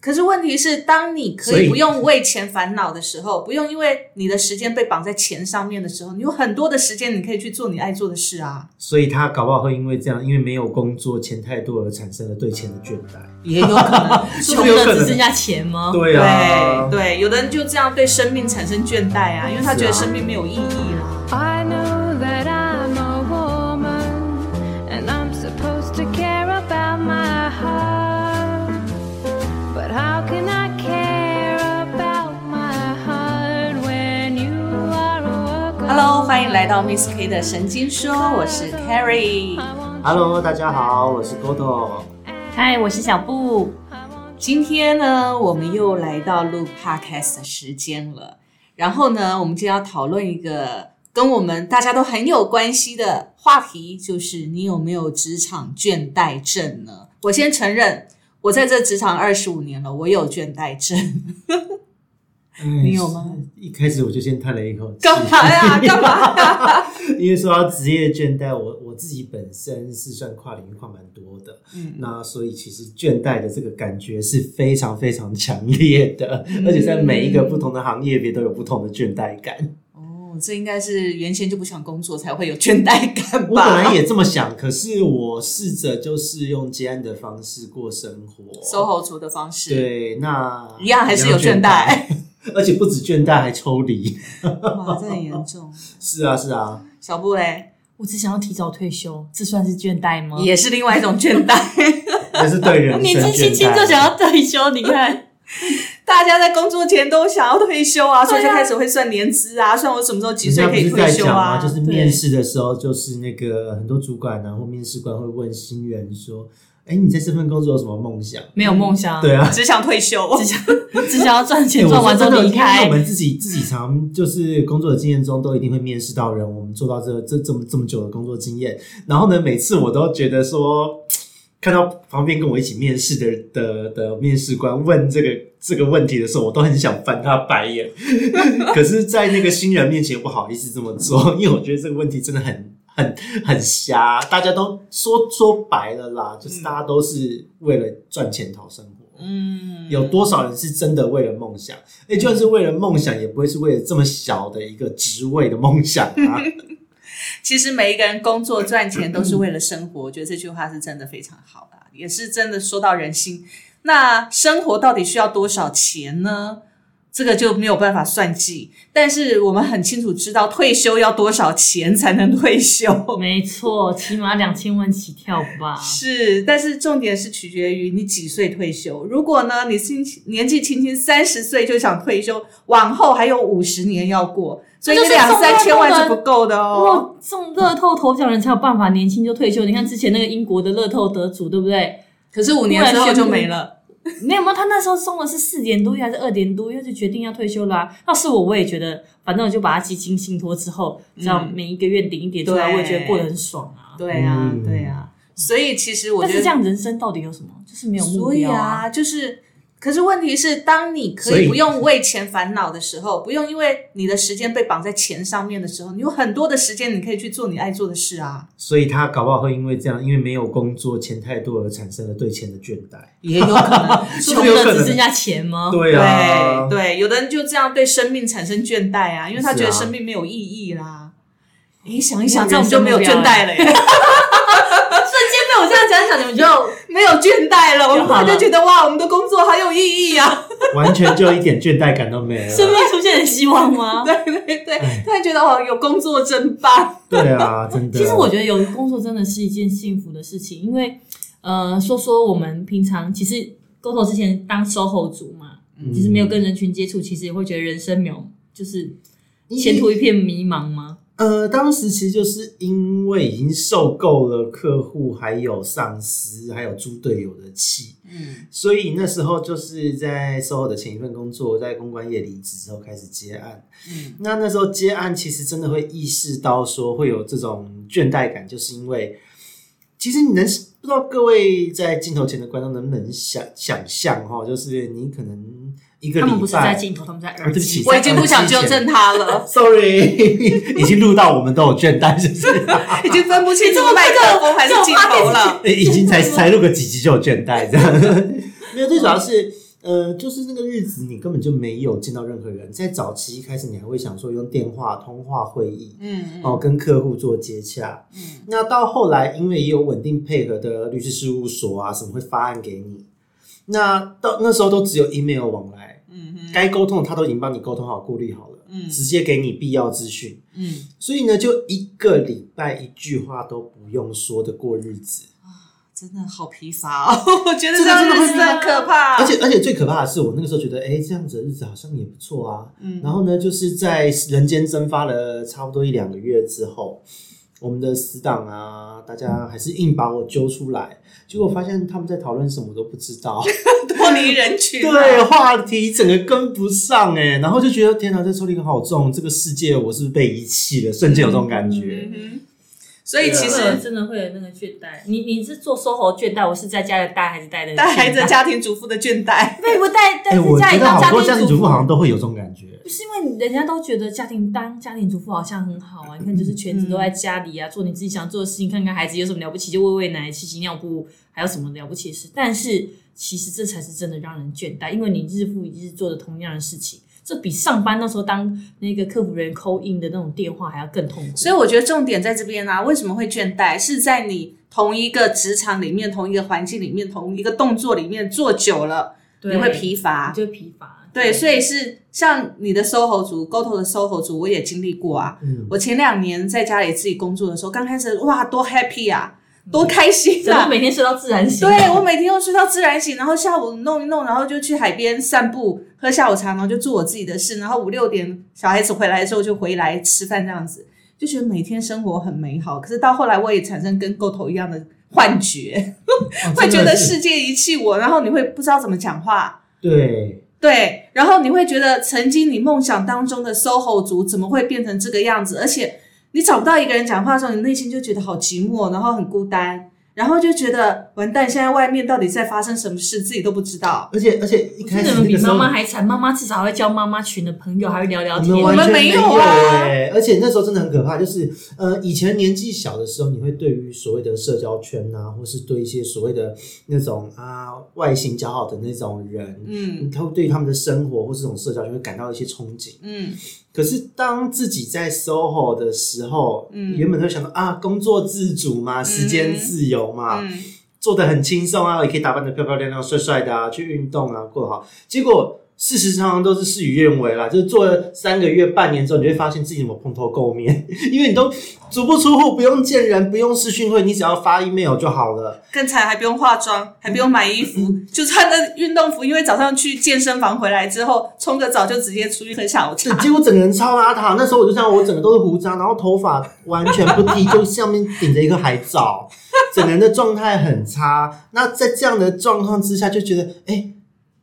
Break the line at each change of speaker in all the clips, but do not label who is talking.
可是问题是，当你可
所以
以不用为钱烦恼的时候，不用因为你的时间被绑在钱上面的时候，你有很多的时间，你可以去做你爱做的事啊。
所以他搞不好会因为这样，因为没有工作，钱太多而产生了对钱的倦怠。
也有可 能，
是
穷
有可
的
能
只剩下钱吗？
对啊
对，对，有的人就这样对生命产生倦怠啊，因为他觉得生命没有意义啊。
I know that I'm a woman and I'm supposed to care about my heart. But how can I care about my heart when you are a work of
Hello，欢迎来到 Miss K 的神经说，我是 Terry。
I want
Hello，大家好，我是 Goto。
嗨，我是小布。
今天呢，我们又来到录 podcast 的时间了。然后呢，我们就要讨论一个跟我们大家都很有关系的话题，就是你有没有职场倦怠症呢？我先承认，我在这职场二十五年了，我有倦怠症。
嗯
你有吗？
一开始我就先叹了一口气，
干嘛 呀？干嘛呀？
因为说到职业倦怠，我我自己本身是算跨领域跨蛮多的，
嗯
那所以其实倦怠的这个感觉是非常非常强烈的，
嗯
而且在每一个不同的行业别都有不同的倦怠感。
哦，这应该是原先就不想工作才会有倦怠感吧？
我本 来也这么想，可是我试着就是用接案的方式过生活，
SOHO 族的方式，，
对，那
一样还是有倦怠，
而且不止倦怠还抽离。
哇，这很严重。
是啊，是啊，
小布嘞，
我只想要提早退休，这算是倦怠 吗？
也是另外一种倦怠。
也是对 人生
年纪轻轻
倦怠
就想要退休，你看，
大家在工作前都想要退休啊，所以就
对啊
开始会算年资啊，算我什么时候几
人
岁
家
可
不
以
是
退
在
休
讲
啊。
嘛，就是
对
面试的时候，就是那个很多主管啊或面试官会问新人说：“哎，你在这份工作有什么梦想
没有梦想，？”
对啊，
只想退休，
只想只想要赚
哎
钱，
我
赚完之
说真
后
的因
离
为
开
我。们自己自己常就是工作的经验中，都一定会面试到人。我们做到这这这么这么久的工作经验，然后呢，每次我都觉得说，看到旁边跟我一起面试的的的面试官问这个这个问题的时候，我都很想翻他白眼。 可是，在那个新人面前，不好意思这么做， 因为我觉得这个问题真的很。很很瞎，大家都说说白了啦，就是
嗯
大家都是为了赚钱讨生活。
嗯，
有多少人是真的为了梦想？哎、就算是为了梦想，也不会是为了这么小的一个职位的梦想 啊。
其实每一个人工作赚钱都是为了生活，我觉得这句话是真的非常好啦，也是真的说到人心。那生活到底需要多少钱呢？这个就没有办法算计，但是我们很清楚知道退休要多少钱才能退休。
没错，起码两千万起跳吧。
是，但是重点是取决于你几岁退休。如果呢，你轻年纪轻轻三十岁就想退休，往后还有五十年要过，所以
那
你
就是
两
中
三
乐
千
透
万
的
是不够的哦。
哇，中乐透头奖人才有办法年轻就退休。你看之前那个英国的乐透得主，对不对？
可是五年
然
之后
宣
就
布
没了。
没有没有，他那时候送的是四点多亿还是二点多亿，他就决定要退休啦、要是我，我也觉得，反正我就把他基金信托之后，只要每一个月领一点出来，
嗯对
我也觉得过得很爽啊。
对啊，
嗯
对啊。所以其实我
但
觉
是
得
这样人生到底有什么？就是没有目
所以
标
啊，就是，可是问题是，当你可
所以
以不用为钱烦恼的时候，不用因为你的时间被绑在钱上面的时候，你有很多的时间，你可以去做你爱做的事啊。
所以他搞不好会因为这样，因为没有工作，钱太多而产生了对钱的倦怠。
也有可能，
穷
有可
的
能
只剩下钱吗？
对啊，
对对，有的人就这样对生命产生倦怠啊，因为他
是啊
觉得生命没有意义啦。你想一想，
没有
这样我们就没有
人生
倦
目标
怠了耶，
瞬间被我这样讲一讲，你们就
没有倦怠了，我
就好
们
了
就觉得哇，我们的工作好有意义啊！
完全就一点倦怠感都没
生
了。
命出现了希望吗？
对对对，突然觉得哇，有工作真棒。
对啊，真的。
其实我觉得有工作真的是一件幸福的事情，因为呃，说说我们平常其实 g o 之前当售后族嘛，
嗯
其实没有跟人群接触，其实也会觉得人生没有就是前途一片迷茫吗？
呃，当时其实就是因为已经受够了客户、还有上司、还有猪队友的气，
嗯
所以那时候就是在 SOHO 的前一份工作，在公关业离职之后开始接案。
嗯，
那那时候接案，其实真的会意识到说会有这种倦怠感，就是因为其实你能不知道各位在镜头前的观众能不能想想象哈，就是你可能一个
他们不
礼
是在
拜。
镜头，他们在
啊
耳
对不
机
起
里。
我已经不想纠正他了，
Sorry，已 经录到我们都有倦怠，是不是？
已经分不清楚麦克风还是镜头了。
已经才才录个几集就有倦怠，这样。没有，最主要是呃，就是那个日子你根本就没有见到任何人。在早期一开始，你还会想说用电话通话会议，
嗯
哦，
嗯
跟客户做接洽。
嗯
那到后来，因为也有稳定配合的律师事务所啊，什么会发案给你。那到那时候都只有 email 往来，
嗯嗯
该沟通的他都已经帮你沟通好、顾虑好了，
嗯
直接给你必要资讯。
嗯，
所以呢，就一个礼拜一句话都不用说的过日子。
真的好疲乏哦，我觉得这
这个
样
真的
日
会
子很可 怕。
而且而且最可怕的是，我那个时候觉得，哎、这样子的日子好像也不错啊。
嗯，
然后呢，就是在人间蒸发了差不多一两个月之后，我们的死党啊，大家还是硬把我揪出来，结果发现他们在讨论什么我都不知 道，
啊脱离人群，
对，话题整个跟不上哎、然后就觉得天哪，这抽离感好重，这个世界我是不是被遗弃了？瞬间有这种感觉，
嗯哼，所以其
会有
实
真的会有那个倦怠。你你是做 SOHO 倦怠，我是在家里带孩子带的，
带孩子家庭主妇的倦怠，
对不带？
哎、
但是
我
家
觉
里
得
当
好
家
多家庭
庭
主妇好像
妇。
都会有这种感觉，
不是因为人家都觉得家庭当家庭主妇好像很好啊，你看就是
嗯
全职都在家里啊，做你自己想做的事情，看看孩子有什么了不起，就喂喂奶、洗洗尿布，还有什么了不起的事？但是其实这才是真的让人倦怠，因为你日复一日做的同样的事情，这比上班那时候当那个客服人扣印的那种电话还要更痛苦。
所以我觉得重点在这边啊，为什么会倦怠，是在你同一个职场里面、同一个环境里面、同一个动作里面做久了，
对
你会疲乏
你。就会疲乏。
对，所以是像你的 SOHO 族、GoTo 的 SOHO 族，我也经历过啊。
嗯，
我前两年在家里自己工作的时候，刚开始哇，多 happy 啊，多开心
只
啊！
要每天睡到自然醒。
对我每天都睡到自然醒，然后下午弄一弄，然后就去海边散步，喝下午茶，然后就做我自己的事，然后五六点小孩子回来的时候就回来吃饭，这样子就觉得每天生活很美好。可是到后来，我也产生跟狗头一样的幻觉，
哦
会觉
真
得
的
世界遗弃我，然后你会不知道怎么讲话。
对，
对，然后你会觉得曾经你梦想当中的 SOHO 族怎么会变成这个样子？而且你找不到一个人讲话的时候，你内心就觉得好寂寞，然后很孤单，然后就觉得完蛋，现在外面到底在发生什么事，自己都不知道。
而且而且一
我
开
真
始
的
那
比
个时
妈
候
妈还惨，妈妈至少还会交妈妈群的朋友，还会聊聊
我们
天。
完全
啊没
有
有啊
欸而且那时候真的很可怕，就是呃，以前年纪小的时候，你会对于所谓的社交圈啊，或是对一些所谓的那种啊外形较好的那种人，
嗯
他会对他们的生活或是这种社交圈会感到一些憧憬。
嗯
可是当自己在 SOHO 的时候，
嗯
原本会想到啊，工作自主嘛，时间自由嘛，
嗯
做的很轻松啊，也可以打扮的漂漂亮亮、帅帅的啊，去运动啊，过得好。结果事实上都是事与愿违啦，就是做了三个月、半年之后，你就会发现自己怎么蓬头垢面， 因为你都足不出户，不用见人，不用视讯会，你只要发 email 就好了。
更惨，还不用化妆，还不用买衣服，就穿着运动服，因为早上去健身房回来之后，冲个澡就直接出去喝下午
对
茶。
结果整个人超邋遢。那时候我就这样，我整个都是胡渣，然后头发完全不剃，就上面顶着一个海藻， 整个人的状态很差。那在这样的状况之下，就觉得哎、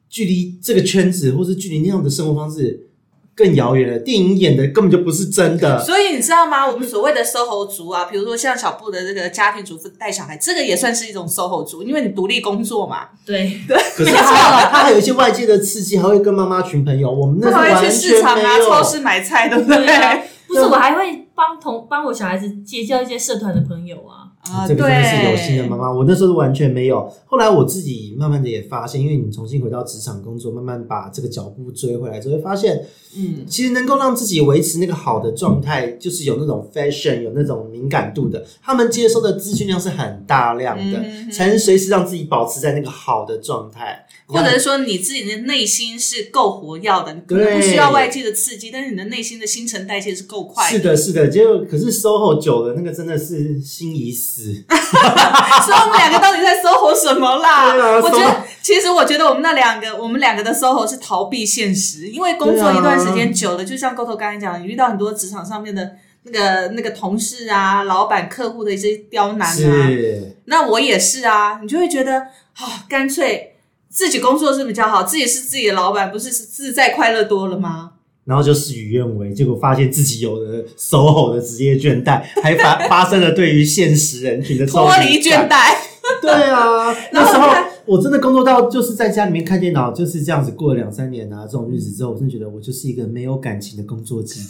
距离这个圈子，或是距离那样的生活方式更遥远了。电影演的根本就不是真的。
所以你知道吗？我们所谓的 SOHO 族啊，比如说像小布的这个家庭主妇带小孩，这个也算是一种 SOHO 族，因为你独立工作嘛，
对，
可是他他还有一些外界的刺激，还会跟妈妈群朋友。我们那
啊他
时候
还
完
会去市
全
场啊、
没
超
有。
市买菜，对不
对啊
对？，
不是我还会帮同帮我小孩子结交一些社团的朋友啊。
啊
这个真的是有心的妈妈，我那时候是完全没有。后来我自己慢慢的也发现，因为你重新回到职场工作，慢慢把这个脚步追回来，就会发现，
嗯
其实能够让自己维持那个好的状态，就是有那种 fashion，有那种敏感度的，他们接收的资讯量是很大量的，
嗯
才能随时让自己保持在那个好的状态，
或者是说你自己的内心是够活跃的，你可能
对
不需要外界的刺激，但是你的内心的新陈代谢是够快
是
的。
的，是的，结果可是 SOHO 久了，那个真的是心已 死。
所以我们两个到底在 SOHO 什么啦？
对啊
我觉
SOHO
得其实我觉得我们那两个，我们两个的 SOHO 是逃避现实，因为工
对
作
啊
一段时间久了，就像 Goto 刚才讲，你遇到很多职场上面的那个那个同事啊、老板、客户的一些刁难啊，
是，
那我也是啊，你就会觉得啊，干脆自己工作是比较好，自己是自己的老板，不是是自在快乐多了吗？
然后就事与愿违，结果发现自己有了 SOHO 的职业倦怠，还发发生了对于现实人群的抽
脱离倦
感。
怠，
对啊，那时
然后
候
看
我真的工作到就是在家里面看电脑，就是这样子过了两三年啊，这种日子之后，我真的觉得我就是一个没有感情的工 作机器，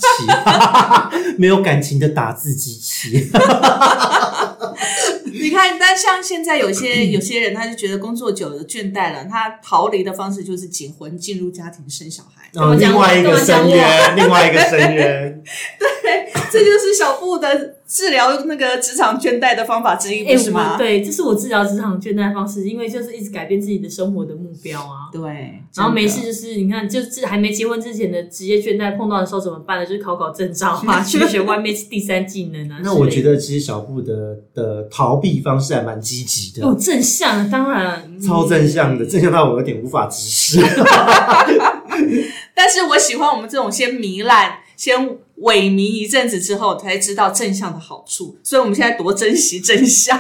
没有感情的打字机器。
你看，但像现在有些有些人，他就觉得工作久了倦怠了，他逃离的方式就是结婚、进入家庭、生小 孩。
然后嗯另外一个深渊，另外一个深 渊，
这就是小布的治疗那个职场倦怠的方法之一，
哎、
不是吗？
我对，这是我治疗职场倦怠方式，因为就是一直改变自己的生活的目标啊。
对，
然后没
真
事
的。
就是你看，就是还没结婚之前的职业倦怠碰到的时候怎么办呢？就是考考证照啊，学学外面第三技能啊。
那我觉
得
得其实小布的的逃避方式还蛮积极的，
哦
有哦正向，当然
超正向的，正向到我有点无法 直视。
但是我喜欢我们这种先糜烂、先萎靡一阵子之后，才知道正向的好处，所以我们现在多珍惜正向。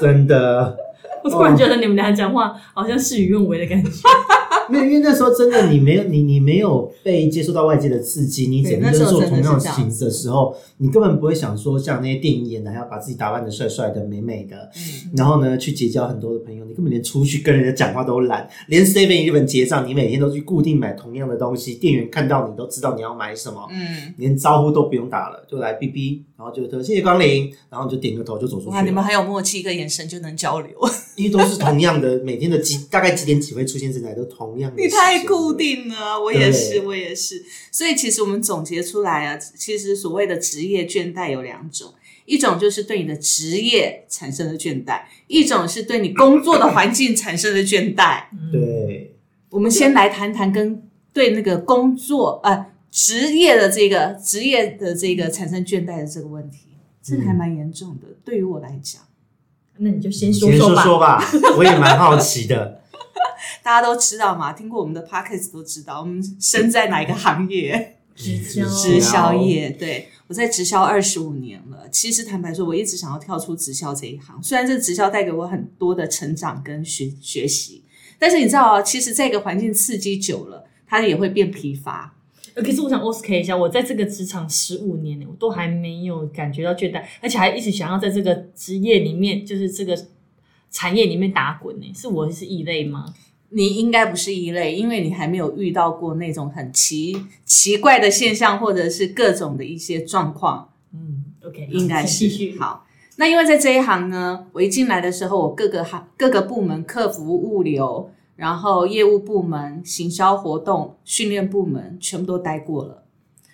真的，
我突然觉得你们俩讲话好像事与愿违的感觉。
没有，因为那时候真的你没有你你没有被接受到外界的刺激，你整
对
天
那时
就
候
做
真的
同
是
样
这
的事
样
情的时候，你根本不会想说像那些电影演的，还要把自己打扮的帅帅的、美美的，
嗯，
然后呢去结交很多的朋友，你根本连出去跟人家讲话都懒，
嗯
连 Seven Eleven 结账，你每天都去固定买同样的东西，店员看到你都知道你要买什么。
嗯，
连招呼都不用打了，就来哔哔，然后就说谢谢光临，然后你就点个头就走出去
哇，
了。
你们很有默契，一个眼神就能交流，
因为都是同样的，每天的几大概几点几会出现在哪里都同样的。
你太固。定了。我也是，
对
我也是。所以其实我们总结出来啊，其实所谓的职业倦怠有两种，一种就是对你的职业产生的倦怠，一种是对你工作的环境产生的倦怠。
对，
我们先来谈谈跟对那个工作呃职业的这个职业的这个产生倦怠的这个问题，这还蛮严重的。对于我来讲，
那你就先说
先
说
说
吧。
说吧， 我也蛮好奇的。
大家都知道嘛，听过我们的 podcast 都知道，我们身在哪一个行业？
直销
直销，业。对我在直销二十五年了，其实坦白说，我一直想要跳出直销这一行，虽然这直销带给我很多的成长跟学学习，但是你知道啊，其实这个环境刺激久了，它也会变疲乏。
呃可是我想 OSK 一下，我在这个职场十五年了，我都还没有感觉到倦怠，而且还一直想要在这个职业里面，就是这个产业里面打滚呢、是我是异类吗？
你应该不是一类，因为你还没有遇到过那种很奇奇怪的现象，或者是各种的一些状况，
嗯，OK，
应该
请
是
继续。
好。那因为在这一行呢，我一进来的时候，我各个行各个部门，客服、物流，然后业务部门、行销活动、训练部门，全部都待过了。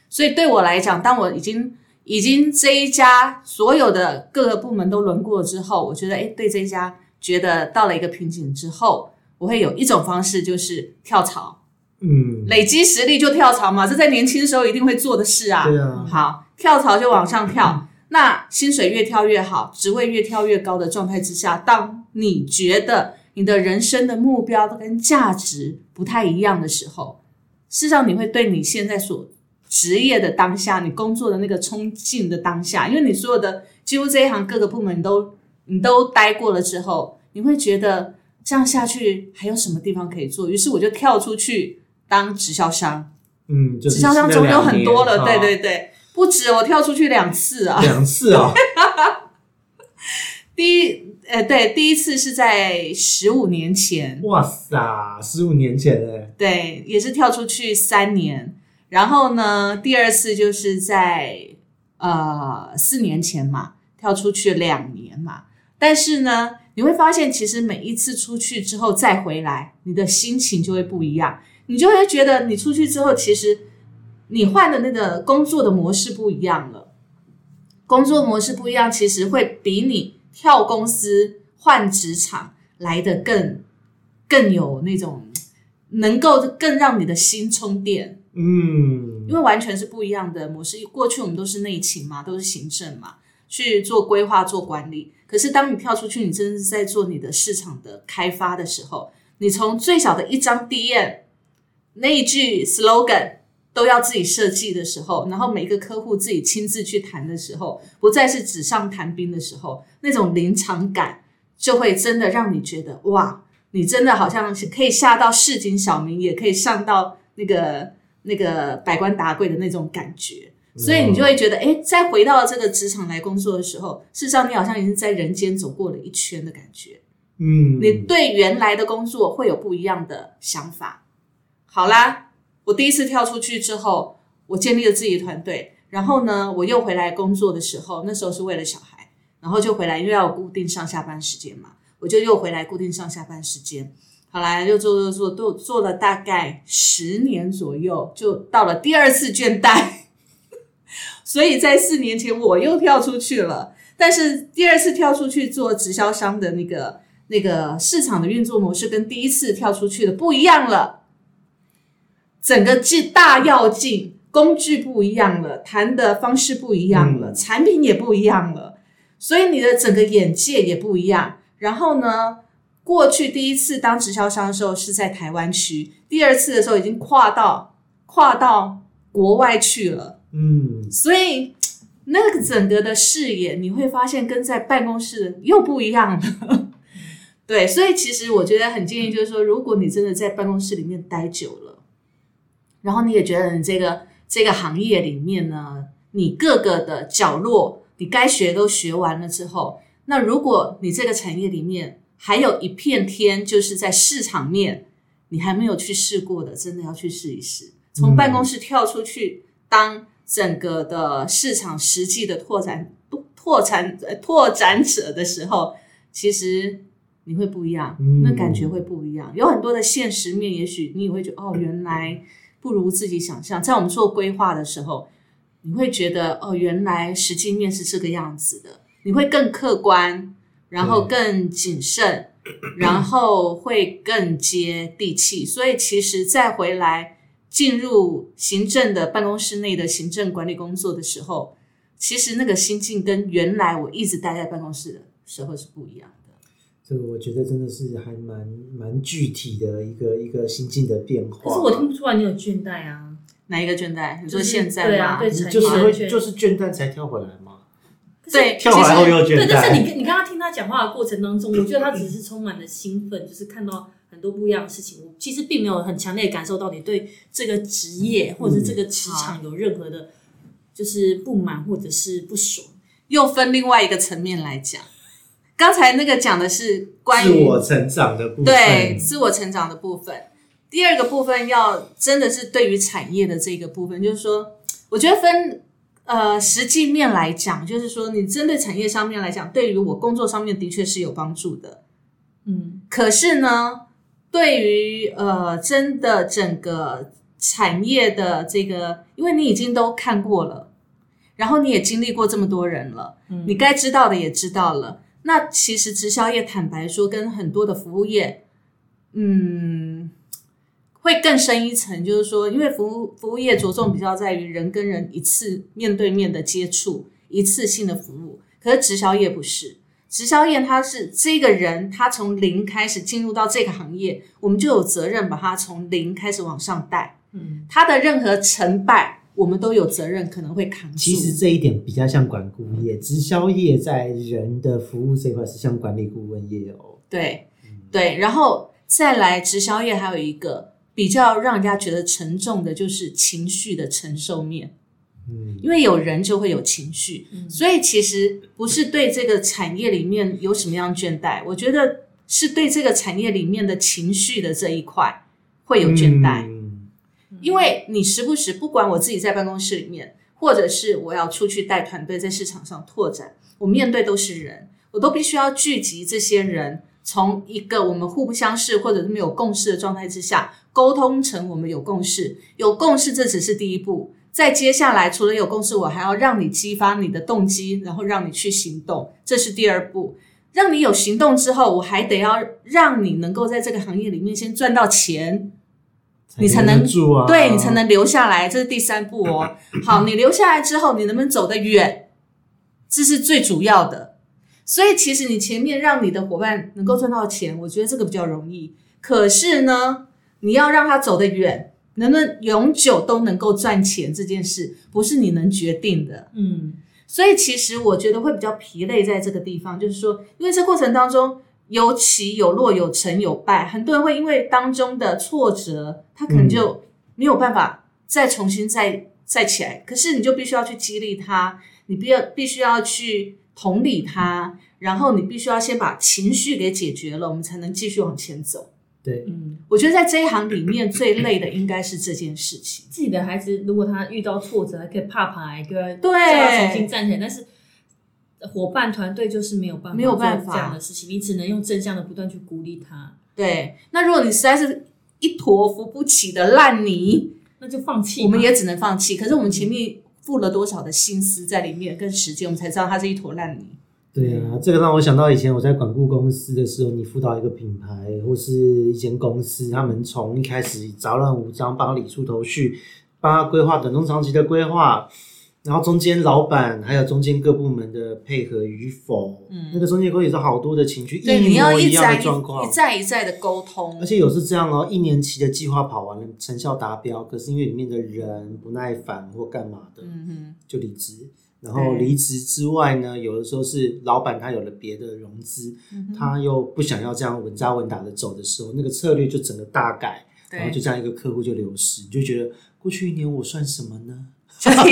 所以对我来讲，当我已经已经这一家所有的各个部门都轮过之后，我觉得诶，对这一家觉得到了一个瓶颈之后，我会有一种方式就是跳槽，
嗯，
累积实力就跳槽嘛，这在年轻时候一定会做的事啊。
对啊，嗯
好，跳槽就往上跳。那薪水越跳越好，职位越跳越高的状态之下，当你觉得你的人生的目标跟价值不太一样的时候，事实上你会对你现在所职业的当下，你工作的那个冲劲的当下，因为你所有的几乎这一行各个部门你都你都待过了之后，你会觉得这样下去还有什么地方可以做？于是我就跳出去当直销商。
嗯，就是
直销商总有很多了，
那
对
两
对
年
对，不止我跳出去两次
哦
啊。
两次哦，
第一，呃，对，第一次是在十五年前，
哇塞，十五年前哎，
对，也是跳出去三年。然后呢，第二次就是在呃四年前嘛，跳出去两年嘛。但是呢，你会发现，其实每一次出去之后再回来，你的心情就会不一样，你就会觉得你出去之后，其实你换的那个工作的模式不一样了。工作模式不一样，其实会比你跳公司换职场来的更更有那种能够更让你的心充电。
嗯
因，为完全是不一样的模式。过去我们都是内勤嘛，都是行政嘛，去做规划、做管理。可是当你跳出去，你真的是在做你的市场的开发的时候，你从最小的一张 DM 那一句 slogan 都要自己设计的时候，然后每个客户自己亲自去谈的时候，不再是纸上谈兵的时候，那种临场感就会真的让你觉得哇，你真的好像是可以下到市井小民，也可以上到那个那个百官达贵的那种感觉。所以你就会觉得，哎、再回到这个职场来工作的时候，事实上你好像已经在人间走过了一圈的感觉。
嗯，
你对原来的工作会有不一样的想法。好啦，我第一次跳出去之后，我建立了自己的团队，然后呢，我又回来工作的时候，那时候是为了小孩，然后就回来，因为要有固定上下班时间嘛，我就又回来固定上下班时间。好啦，又做做做，都做了大概十年左右，就到了第二次倦怠。所以在四年前我又跳出去了，但是第二次跳出去做直销商的那个那个市场的运作模式跟第一次跳出去的不一样了，整个技大要进工具不一样了，谈的方式不一样了，
嗯
产品也不一样了，所以你的整个眼界也不一样。然后呢，过去第一次当直销商的时候是在台湾区，第二次的时候已经跨到跨到国外去了。
嗯，
所以那个整个的视野，你会发现跟在办公室又不一样了。对，所以其实我觉得很建议，就是说，如果你真的在办公室里面待久了，然后你也觉得你这个这个行业里面呢，你各个的角落，你该学都学完了之后，那如果你这个产业里面还有一片天，就是在市场面，你还没有去试过的，真的要去试一试。从办公室跳出去，当整个的市场实际的拓展、拓展、呃拓展者的时候，其实你会不一样，
嗯
那感觉会不一样。有很多的现实面，也许你也会觉得哦，原来不如自己想象。在我们做规划的时候，你会觉得哦，原来实际面是这个样子的，你会更客观，然后更谨慎，然后会更接地气。所以其实再回来进入行政的办公室内的行政管理工作的时候，其实那个心境跟原来我一直待在办公室的时候是不一样的。
这个我觉得真的是还蛮蛮具体的一个一个心境的变化。
可是我听不出来你有倦怠啊。
哪一个倦怠？你
就
说
是
现在
对
吗？
啊对
就是会
才倦
就是倦怠才跳回来嘛，
对
跳回来后又倦
对，但是
怠。
你你刚刚听他讲话的过程当中，我觉得他只是充满了兴奋，就是看到很多不一样的事情。我其实并没有很强烈地感受到你对这个职业或者是这个职场有任何的，就是不满或者是不爽。
又分另外一个层面来讲。刚才那个讲的是关
自
于
我成长的部分，
对自我成长的部分。第二个部分要真的是对于产业的这个部分，就是说，我觉得分呃实际面来讲，就是说你针对产业上面来讲，对于我工作上面的确是有帮助的。
嗯，
可是呢，对于呃真的整个产业的这个，因为你已经都看过了，然后你也经历过这么多人了，
嗯
你该知道的也知道了。那其实直销业，坦白说，跟很多的服务业，嗯，会更深一层，就是说，因为服务服务业着重比较在于人跟人一次面对面的接触，一次性的服务。可是直销业不是，直销业它是这个人他从零开始进入到这个行业，我们就有责任把他从零开始往上带。
嗯，
他的任何成败，我们都有责任，可能会扛住。
其实这一点比较像管顾业，直销业在人的服务这一块是像管理顾问业哦。
对对，然后再来直销业还有一个比较让人家觉得沉重的，就是情绪的承受面，
嗯，
因为有人就会有情绪，所以其实不是对这个产业里面有什么样倦怠，我觉得是对这个产业里面的情绪的这一块会有倦怠。
嗯
因为你时不时，不管我自己在办公室里面，或者是我要出去带团队在市场上拓展，我面对都是人，我都必须要聚集这些人，从一个我们互不相识或者是没有共识的状态之下，沟通成我们有共识。有共识这只是第一步，再接下来除了有共识，我还要让你激发你的动机，然后让你去行动，这是第二步。让你有行动之后，我还得要让你能够在这个行业里面先赚到钱，你才能
得住啊，
对你才能留下来，这是第三步哦。好，你留下来之后，你能不能走得远，这是最主要的。所以其实你前面让你的伙伴能够赚到钱，我觉得这个比较容易。可是呢，你要让他走得远，能不能永久都能够赚钱这件事，不是你能决定的。
嗯，
所以其实我觉得会比较疲累在这个地方，就是说，因为这过程当中有起有落，有成有败，很多人会因为当中的挫折，他可能就没有办法再重新再再起来。可是你就必须要去激励他，你必要必须要去同理他，然后你必须要先把情绪给解决了，我们才能继续往前走。
对，
嗯，
我觉得在这一行里面最累的应该是这件事情。
自己的孩子如果他遇到挫折，还可以怕爬，还可以
对
叫他重新站起来，但是伙伴团队就是没有办法
没有办
做
法
这样的事情，你只能用正向的不断去鼓励他，
对，那如果你实在是一坨扶不起的烂泥，
那就放弃嘛。
我们也只能放弃。可是我们前面付了多少的心思在里面，跟时间，我们才知道它是一坨烂泥。
对啊，这个让我想到以前我在管顾公司的时候，你辅导一个品牌或是一间公司，他们从一开始杂乱无章，帮他理出头绪，帮他规划短中长期的规划，然后中间老板还有中间各部门的配合与否，
嗯
那个中间沟也是好多的情绪，一
对，你要
模一
一
样
再
的状况
一。再一再的沟通
而。且有是这样哦，一年期的计划跑完了，成效达标，可是因为里面的人不耐烦或干嘛的，
嗯哼，
就离职。然后离职之外呢，有的时候是老板他有了别的融资，
嗯
他又不想要这样稳扎稳打的走的时候，那个策略就整个大改，然后就
对，
这样一个客户就流失，你就觉得过去一年我算什么呢？
还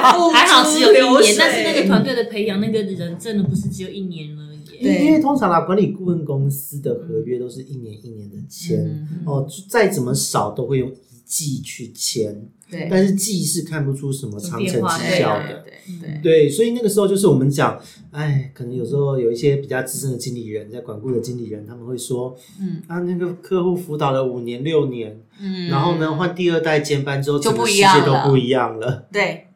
还
好只有一年，但是那个团队的培养，那个人真的不是只有一年而已。
对
因为通常啦，管理顾问公司的合约都是一年一年的签，
嗯
哦，就再怎么少都会用一季去签，
对
但是季是看不出什么长
变
成
化
绩
对
效
对
的。
对对
对，所以那个时候就是我们讲，哎，可能有时候有一些比较资深的经理人，在管顾的经理人，他们会说，
嗯
啊，那个客户辅导了五年六年，
嗯
然后呢，换第二代接班之后，
就
整个
不一
世
样
界
了
都不一样了。
对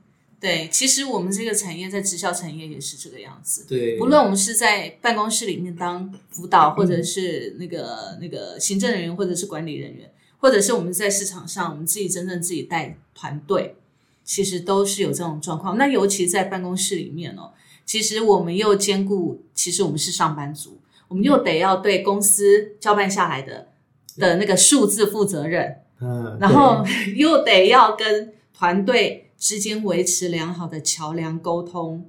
对，其实我们这个产业在直销产业也是这个样子。
对，
不论我们是在办公室里面当辅导，或者是那个那个行政人员，或者是管理人员，或者是我们在市场上我们自己真正自己带团队，其实都是有这种状况。那尤其在办公室里面哦，其实我们又兼顾，其实我们是上班族，我们又得要对公司交办下来的的那个数字负责任，
嗯，
然后又得要跟团队之间维持良好的桥梁沟通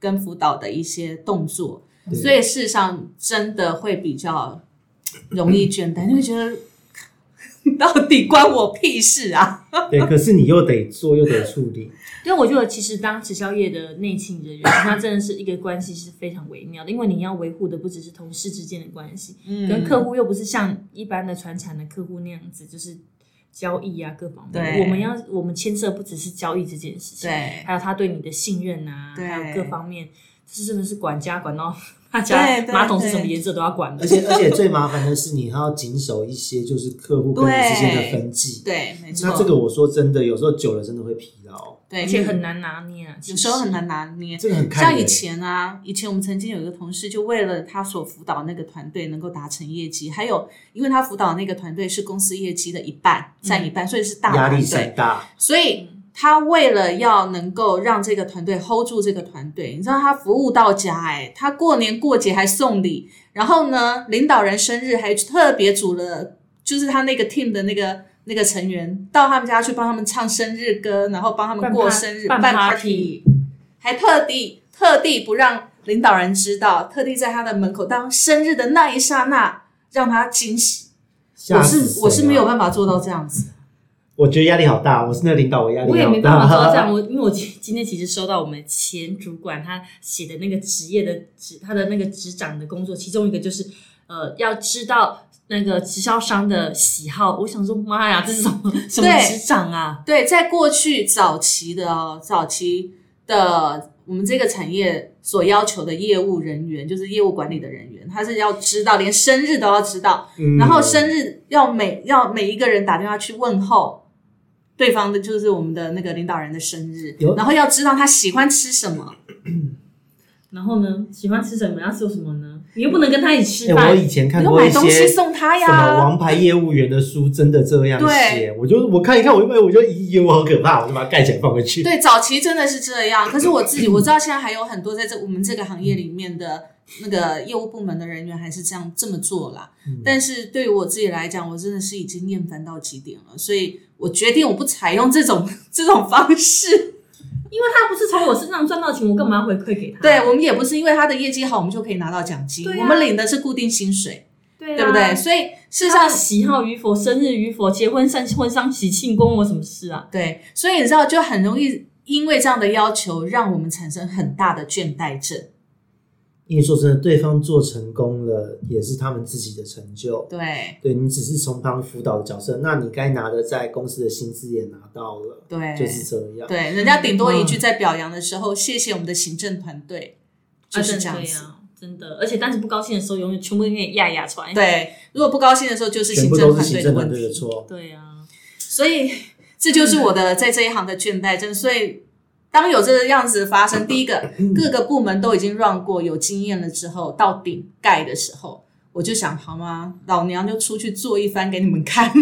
跟辅导的一些动作，
对
所以事实上真的会比较容易倦怠，你会觉得 到底关我屁事啊？
对，对可是你又得做，又得处理，
因为我觉得，其实当直销业的内勤人员，他真的是一个关系是非常微妙的，因为你要维护的不只是同事之间的关系，
嗯
跟客户又不是像一般的传产的客户那样子，就是交易啊各方面。
对
我们要我们牵涉不只是交易这件事情，
对
还有他对你的信任啊，
对
还有各方面，就是真的是管家管到 他家
对对
马桶是什么颜色都要管的
而。且而且最麻烦的是，你还要谨守一些就是客户跟你之间的分 际。
对，没错，
那这个我说真的，有时候久了真的会疲劳，
对，
而且很难拿捏啊，
有时候很难拿捏。
这个很看
像以
人
前啊，以前我们曾经有一个同事，就为了他所辅导那个团队能够达成业绩，还有因为他辅导那个团队是公司业绩的一半，占一半，所以是大
嗯压力
团
山
队，
大，
所以他为了要能够让这个团队 hold 住这个团队，你知道他服务到家、哎，他过年过节还送礼，然后呢，领导人生日还特别组了，就是他那个 team 的那个。那个成员到他们家去帮他们唱生日歌，然后帮他们
办
过
par-
生日，
办 party
还特地特地不让领导人知道，特地在他的门口当生日的那一刹那让他惊喜。
吓
我
死谁
是
啊
我是没有办法做到这样子，
我觉得压力好大，我是那个领导，我压力好
我
大。
也没办法做到这样，我因为我今今天其实收到我们前主管他写的那个职业的职，他的那个职掌的工作，其中一个就是呃，要知道那个直销商的喜好。我想说，妈呀，这是什么 什么
对
职掌啊？
对，在过去早期的哦，早期的我们这个产业所要求的业务人员，就是业务管理的人员，他是要知道，连生日都要知道，
嗯
然后生日要每要每一个人打电话去问候对方的，就是我们的那个领导人的生日
有，
然后要知道他喜欢吃什么，
然后呢，喜欢吃什么，要做什么呢？你又不能跟他一起吃
哎、我
饭。
以前看
你要
过一
买
些
东西送他
什么
呀。
王牌业务员的书，真的这样写
对。
我就我看一看，我就哎我就咦，我好可怕，我就把它盖起来放回去。
对，早期真的是这样。可是我自己我知道，现在还有很多在这我们这个行业里面的那个业务部门的人员还是这样这么做啦。
嗯
但是对于我自己来讲，我真的是已经厌烦到极点了，所以我决定我不采用这种这种方式。
他不是从我身上赚到钱，我干嘛要回馈给他？
对我们也不是因为他的业绩好，我们就可以拿到奖金，
对啊
我们领的是固定薪水，
对啊
对不对？？所以事实
他
上
的喜好与否、生日与否、结婚、上婚丧喜庆，关我什么事啊？
对，所以你知道，就很容易因为这样的要求，让我们产生很大的倦怠症。
因为说真的，对方做成功了，也是他们自己的成就。
对
对你只是从旁辅导的角色，那你该拿的在公司的薪资也拿到了，
对，
就是这样。
嗯对，人家顶多一句在表扬的时候，谢谢我们的行政团队，就是这样
对
子。
啊真的，而且当时不高兴的时候，永远全部给你压压出来。
对，如果不高兴的时候，就是
全
行
部
政
都是
团
行
队的
政团
问
队的
题。
错。
对啊，
所以这就是我的在这一行的倦怠症。所以当有这样子发生，第一个
嗯
各个部门都已经 run 过，有经验了之后，到顶盖的时候，我就想，好吗？老娘就出去做一番给你们 看。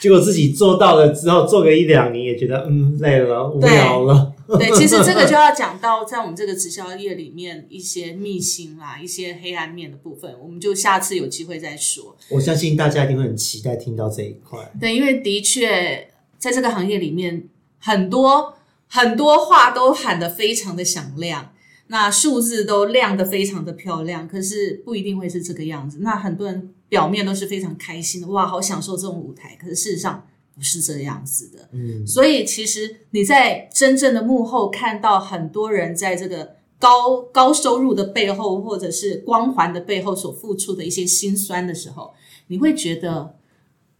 结果自己做到了之后，做个一两年也觉得嗯累了，无聊了。
对，其实这个就要讲到在我们这个直销业里面一些秘辛啦，一些黑暗面的部分，我们就下次有机会再说。
我相信大家一定会很期待听到这一块。
对，因为的确在这个行业里面，很多很多话都喊得非常的响亮，那数字都亮得非常的漂亮，可是不一定会是这个样子。那很多人表面都是非常开心的，哇，好享受这种舞台，可是事实上不是这样子的。
嗯，
所以其实你在真正的幕后看到很多人在这个高高收入的背后，或者是光环的背后所付出的一些辛酸的时候，你会觉得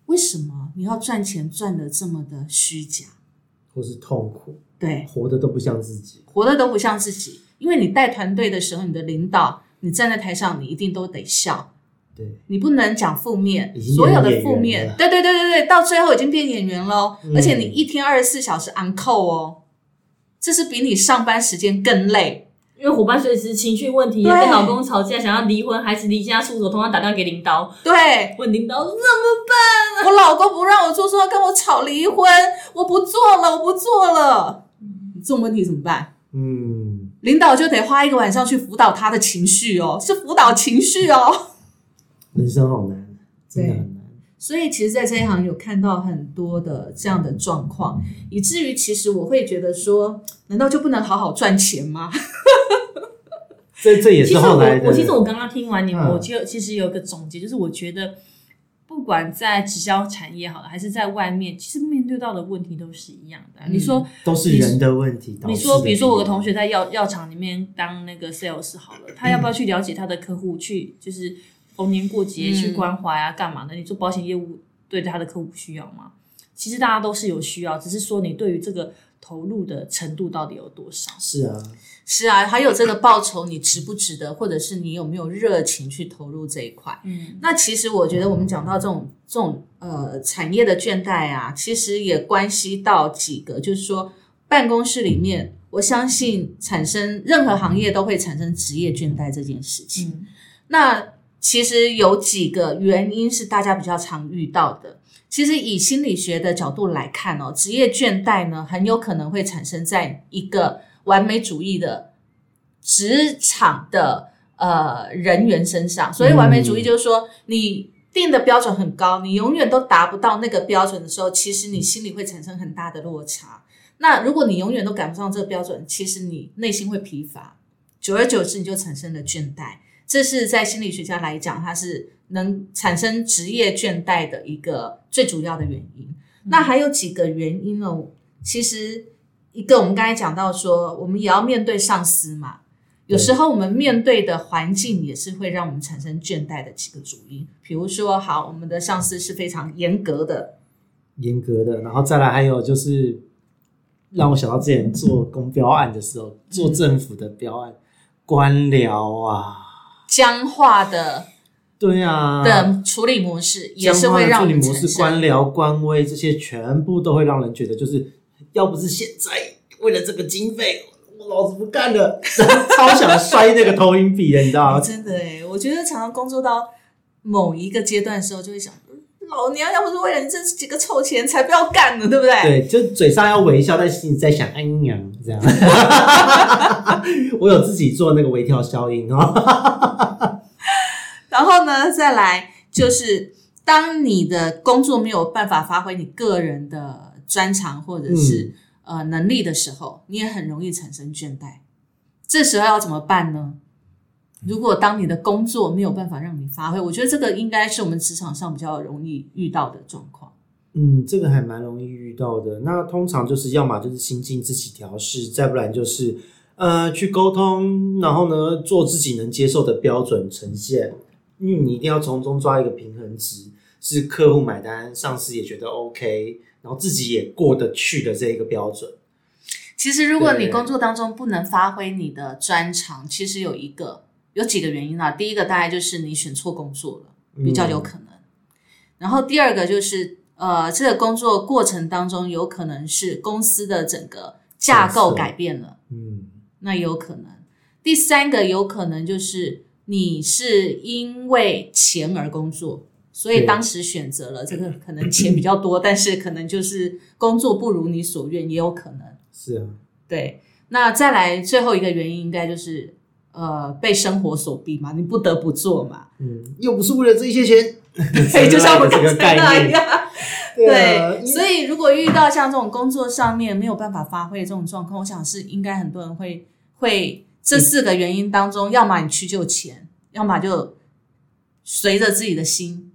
为什么你要赚钱赚的这么的虚假？
或是痛苦，
对，
活的都不像自己。
活的都不像自己。因为你带团队的时候，你的领导，你站在台上，你一定都得笑，
对，
你不能讲负面
已，经
所有
变
的
演
负
员
面
了，
对对对对对，到最后已经变演员喽，
嗯
而且你一天二十四小时 on call 哦，这是比你上班时间更累。
因为伙伴随时情绪问题，
对
跟老公吵架，想要离婚，孩子离家出走，通常打电话给领导，
对
问领导怎么办？
我老公不让我做，说要跟我吵离婚，我不做了，我不做了。这种问题怎么办？
嗯，
领导就得花一个晚上去辅导他的情绪哦，是辅导情绪哦。
人生好难，啊真的
对
很难。
所以其实，在这一行有看到很多的这样的状况，以至于其实我会觉得说，难道就不能好好赚钱吗？
这这也是
其实
后来
我
的。
我其实我刚刚听完你们，
嗯
我就其实有个总结，就是我觉得不管在直销产业好了，还是在外面，其实面对到的问题都是一样的。啊
嗯
你说，
都是人的问题。导
你
致
说，
的
比如说我的同
结
学在药药厂里面当那个 sales 好 了，他要不要去了解他的客户，去就是逢年过节
嗯
去关怀啊，干嘛的？你做保险业务对他的客户需要吗？其实大家都是有需要，只是说你对于这个投入的程度到底有多少。
果是啊，
是啊，还有这个报酬你值不值得，或者是你有没有热情去投入这一块？
嗯，
那其实我觉得我们讲到这种这种呃产业的倦怠啊，其实也关系到几个，就是说办公室里面，我相信产生任何行业都会产生职业倦怠这件事情。
嗯
那其实有几个原因是大家比较常遇到的。其实以心理学的角度来看哦，职业倦怠呢，很有可能会产生在一个完美主义的职场的呃人员身上。所以完美主义就是说，你定的标准很高，你永远都达不到那个标准的时候，其实你心里会产生很大的落差。那如果你永远都赶不上这个标准，其实你内心会疲乏，久而久之你就产生了倦怠。这是在心理学家来讲，它是能产生职业倦怠的一个最主要的原因。
嗯
那还有几个原因呢？其实一个我们刚才讲到说，我们也要面对上司嘛。有时候我们面对的环境也是会让我们产生倦怠的几个主因，比如说，好，我们的上司是非常严格的，
严格的。然后再来还有就是，让我想到之前做公标案的时候，
嗯
做政府的标案，官僚啊，
僵化的
对啊，
的处理模式，也是
相
会
关的
让
处
我
理
们
模
产
式、
生
官僚、官威这些，全部都会让人觉得，就是要不是现在为了这个经费，我老子不干了， 超想摔那个投影笔的，你知道
啊，
吗？
真的哎，我觉得常常工作到某一个阶段的时候，就会想，嗯老娘要不是为了你这几个臭钱，才不要干呢，对不对？
对，就嘴上要微笑，但心里在想哎娘这样。 我有自己做那个微调效应哦，
然后呢，再来就是，当你的工作没有办法发挥你个人的专长或者是、呃能力的时候，你也很容易产生倦怠。这时候要怎么办呢？如果当你的工作没有办法让你发挥，我觉得这个应该是我们职场上比较容易遇到的状况。
嗯，这个还蛮容易遇到的。那通常就是要么就是心境自己调试，再不然就是呃去沟通，然后呢做自己能接受的标准呈现，因为你一定要从中抓一个平衡值，是客户买单，上司也觉得 OK，然后自己也过得去的这一个标准。
其实，如果你
对
工作当中不能发挥你的专长，其实有一个有几个原因啊。第一个大概就是你选错工作了，比
嗯
较有可能。然后第二个就是，呃，这个工作过程当中有可能是公司的整个架构
角色
改变了，
嗯，
那也有可能。第三个有可能就是你是因为钱而工作，所以
对
当时选择了这个可能钱比较多，但是可能就是工作不如你所愿，也有可能。
是啊，
对，那再来最后一个原因，应该就是呃被生活所逼嘛，你不得不做嘛，
嗯，又不是为了这一些钱，
对，就像 我
这
刚
个
才那
概念，
样。
啊
对，
因
所以如果遇到像这种工作上面没有办法发挥这种状况，我想是应该很多人会会这四个原因当中，要么你去就钱，要么就随着自己的心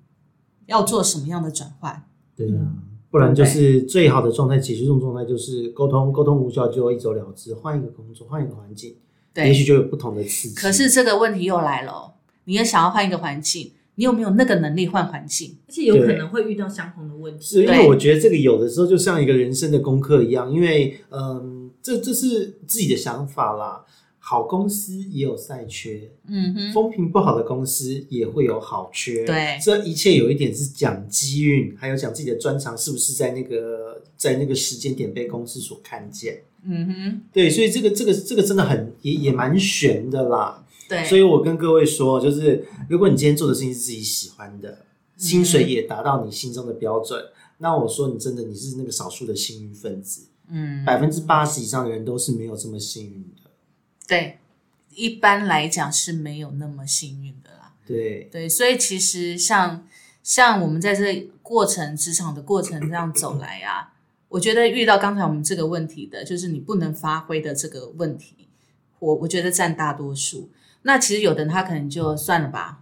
要做什么样的转换。
对啊，
嗯
不然就是最好的状态，解决这种状态就是沟通，沟通无效就一走了之，换一个工作，换一个环境，也许
对，
就有不同的刺激。
可是这个问题又来了哦，你也想要换一个环境，你有没有那个能力换环境？
而且有可
对
能会遇到相同的问题。
是因为
对
我觉得这个有的时候就像一个人生的功课一样，因为嗯，这这是自己的想法啦。好公司也有赛缺，
嗯哼，
风评不好的公司也会有好缺。
对
这一切有一点是讲机运，还有讲自己的专长是不是在那个在那个时间点被公司所看见。
嗯哼，
对，所以这个这个这个真的很也也蛮悬的啦。
对，
所以我跟各位说，就是如果你今天做的事情是自己喜欢的，薪水
嗯
也达到你心中的标准，那我说你真的你是那个少数的幸运分子，
嗯，
百分之八十以上的人都是没有这么幸运的。
对，一般来讲是没有那么幸运的啦。
对，
对，所以其实像像我们在这过程职场的过程这样走来啊，我觉得遇到刚才我们这个问题的，就是你不能发挥的这个问题，我我觉得占大多数。那其实有的人他可能就算了吧，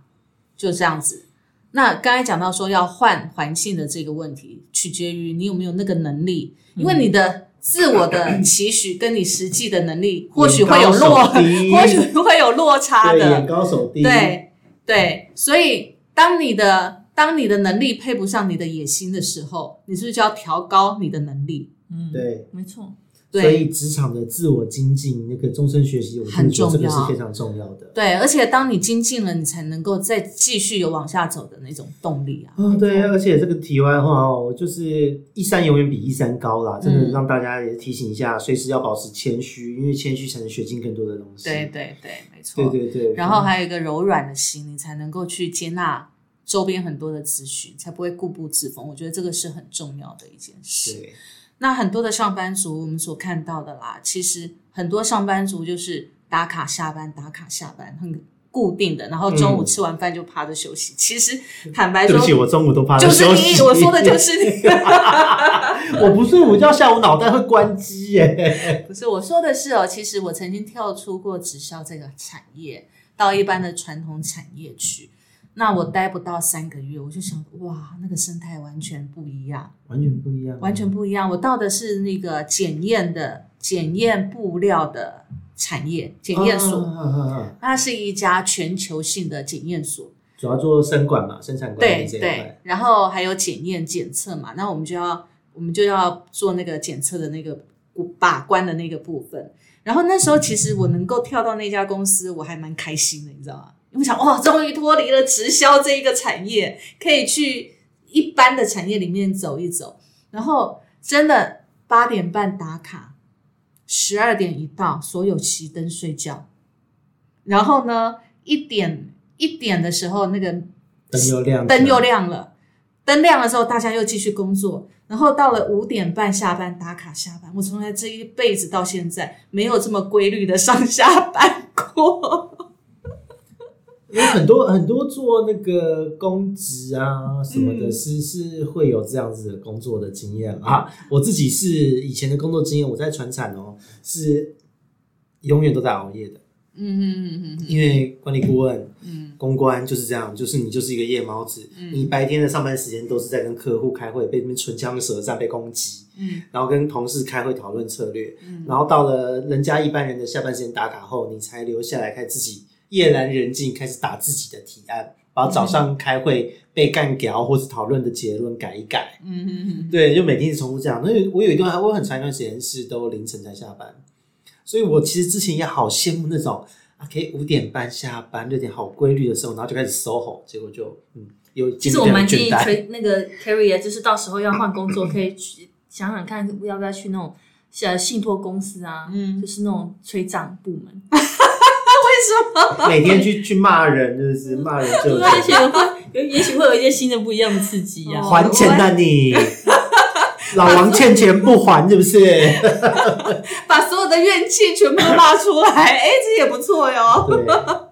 就这样子。那刚才讲到说要换环境的这个问题，取决于你有没有那个能力，因为你的自我的期许跟你实际的能力，或许 会有
眼高
落，
手低
或许会有落差
对，
的。
眼高手低，
对对，所以当你的当你的能力配不上你的野心的时候，你是不是就要调高你的能力？
嗯，，
对
没错。
所
对
以职场的自我精进，那个终身学习，我真
很
的觉得这个
重要
是非常重要的。
对，而且当你精进了，你才能够再继续有往下走的那种动力啊。
啊、对，而且这个题外话哦，就是一山永远比一山高啦，真的
嗯
让大家也提醒一下，随时要保持谦虚，因为谦虚才能学进更多的东西。
对对对，没错。
对对对
然后还有一个柔软的心，你才能够去接纳周边很多的资讯，才不会固步自封。我觉得这个是很重要的一件事。
对
那很多的上班族，我们所看到的啦，其实很多上班族就是打卡下班，打卡下班，很固定的，然后中午
嗯
吃完饭就趴着休息。其实坦白
对
说，
不起，我中午都趴着
就是
休息。
你，我说的就是 你，
我不睡午觉，下午脑袋会关机耶。
不是我说的是哦。其实我曾经跳出过直销这个产业，到一般的传统产业去。那我待不到三个月，我就想，哇，那个生态完全不一样。
完全不一样，
完全不一样。我到的是那个检验的检验布料的产业检验所，
啊啊啊啊啊
它是一家全球性的检验所。
主要做生管嘛，生产管
对
理这一
对
块。，
然后还有检验检测嘛，那我们就要我们就要做那个检测的那个把关的那个部分。然后那时候其实我能够跳到那家公司，我还蛮开心的，你知道吗？因为我想哇，终于脱离了直销这一个产业，可以去一般的产业里面走一走。然后真的八点半打卡，十二点一到，所有熄灯睡觉。然后呢，一点一点的时候，那个
灯又亮起来，
灯又亮了，灯亮了之后，大家又继续工作，然后到了五点半下班打卡下班。我从来这一辈子到现在没有这么规律的上下班过。
因为很多很多做那个公职啊什么的，
嗯
是是会有这样子的工作的经验啊。我自己是以前的工作经验，我在船产哦，是永远都在熬夜的，
嗯嗯嗯
因为管理顾问、
嗯
公关就是这样，就是你就是一个夜猫子，你白天的上班时间都是在跟客户开会，被那边唇枪舌战，被攻击。
嗯
然后跟同事开会讨论策略，
嗯
然后到了人家一般人的下班时间打卡后，你才留下来，开始自己夜阑人静开始打自己的提案，把早上开会被干掉或是讨论的结论改一改。
嗯哼哼
对，就每天一直重复这样。那我有一段，我有很长一段时间是都凌晨才下班，所以我其实之前也好羡慕那种啊，可以五点半下班，六点好规律的生活，然后就开始 SOHO，结果就嗯，有其
其实我蛮建议推那个 Carrie 啊，就是到时候要换工 作，可以去想想看要不要去那种呃信托公司啊，
嗯
就是那种催账部门，
每天去去骂人，就是骂人就有
对，而且会有也许会有一些新的不一样的刺激啊。
还钱呐你，老王欠钱不还是不 是？对，
把所有的怨气全部都拉出来， 哎，这也不错哟。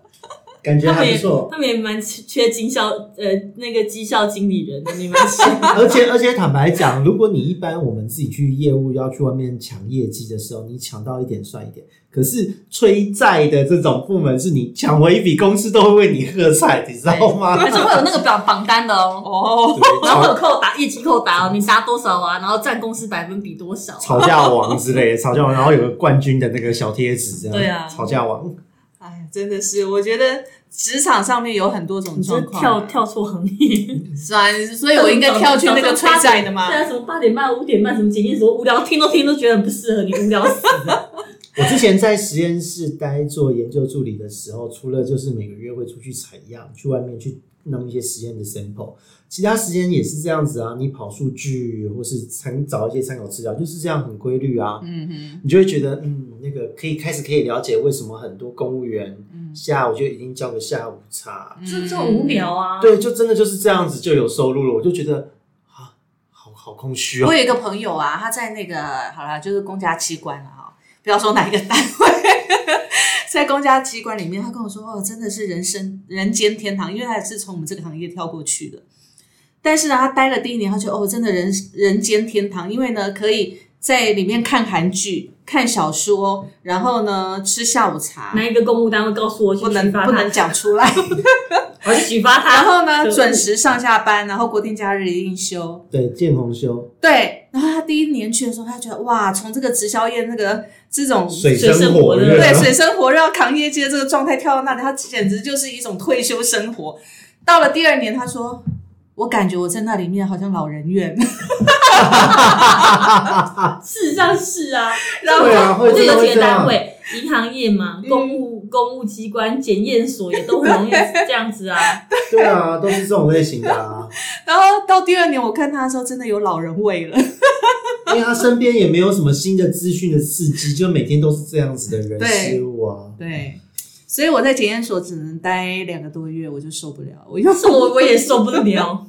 感觉
他们
还
也
不错。
他们也蛮缺经销呃那个绩效经理人的，你们是
而且而且坦白讲，如果你一般我们自己去业务要去外面抢业绩的时候，你抢到一点算一点。可是催债的这种部门，是你抢回一笔，公司都会为你喝彩，你知道吗？
而且会有那个榜榜单的哦。
哦，
对
然后会
吵
有扣打业绩扣打哦，你达多少啊？然后占公司百分比多少、啊？
吵架王之类的，吵架王，然后有个冠军的那个小贴纸，这样
对啊
吵架王。
哎，真的是，我觉得职场上面有很多种
你这
状况，
跳跳错行业，
是吧？所以我应该跳去那个催债的吗
对？啊，什么八点半、五点半，什么几点什么无聊，听都听都觉得很不适合你，无 聊死了。
我之前在实验室待做研究助理的时候，除了就是每个月会出去采样，去外面去弄一些实验的 sample，其他时间也是这样子啊。你跑数据或是参找一些参考资料，就是这样很规律啊。
嗯哼，
你就会觉得，嗯，那个可以开始可以了解为什么很多公务员下午就一定叫个下午茶，
嗯
就这种无聊啊。
对，就真的就是这样子就有收入了。我就觉得啊，好好空虚哦
我。有一个朋友啊，他在那个好了，就是公家机关了哈，不要说哪一个单位， 在公家机关里面，他跟我说，哦，真的是人生人间天堂，因为他也是从我们这个行业跳过去的。但是呢，他待了第一年，他觉得哦，真的人人间天堂，因为呢，可以在里面看韩剧、看小说，然后呢吃下午茶，
哪一个公务单位告诉我去
不能
举发
不能
他？
讲出 来。
我去举发他。
然后呢，
可恶
准时上下班，然后国定假日一定休，
对，见红修
对，然后他第一年去的时候，他觉得哇，从这个直销业那个这种
水
水
深
深
火
火热
热，啊
对水深火热要扛业绩的这个状态跳到那里，他简直就是一种退休生活。到了第二年，他说：“我感觉我在那里面好像老人院。
事实上是啊，
然
对啊
我
会
就
真的会
有几个
这样
单位，银行业
嗯
嘛，公务公务机关、检验所也都很 容易这样子啊。
对啊，都是这种类型的啊。”
然后到第二年，我看他的时候，真的有老人味了。
因为他身边也没有什么新的资讯的刺激，就每天都是这样子的人
对
事物啊。
对，所以我在检验所只能待两个多月，我就受不了，我又
是我我也受不了，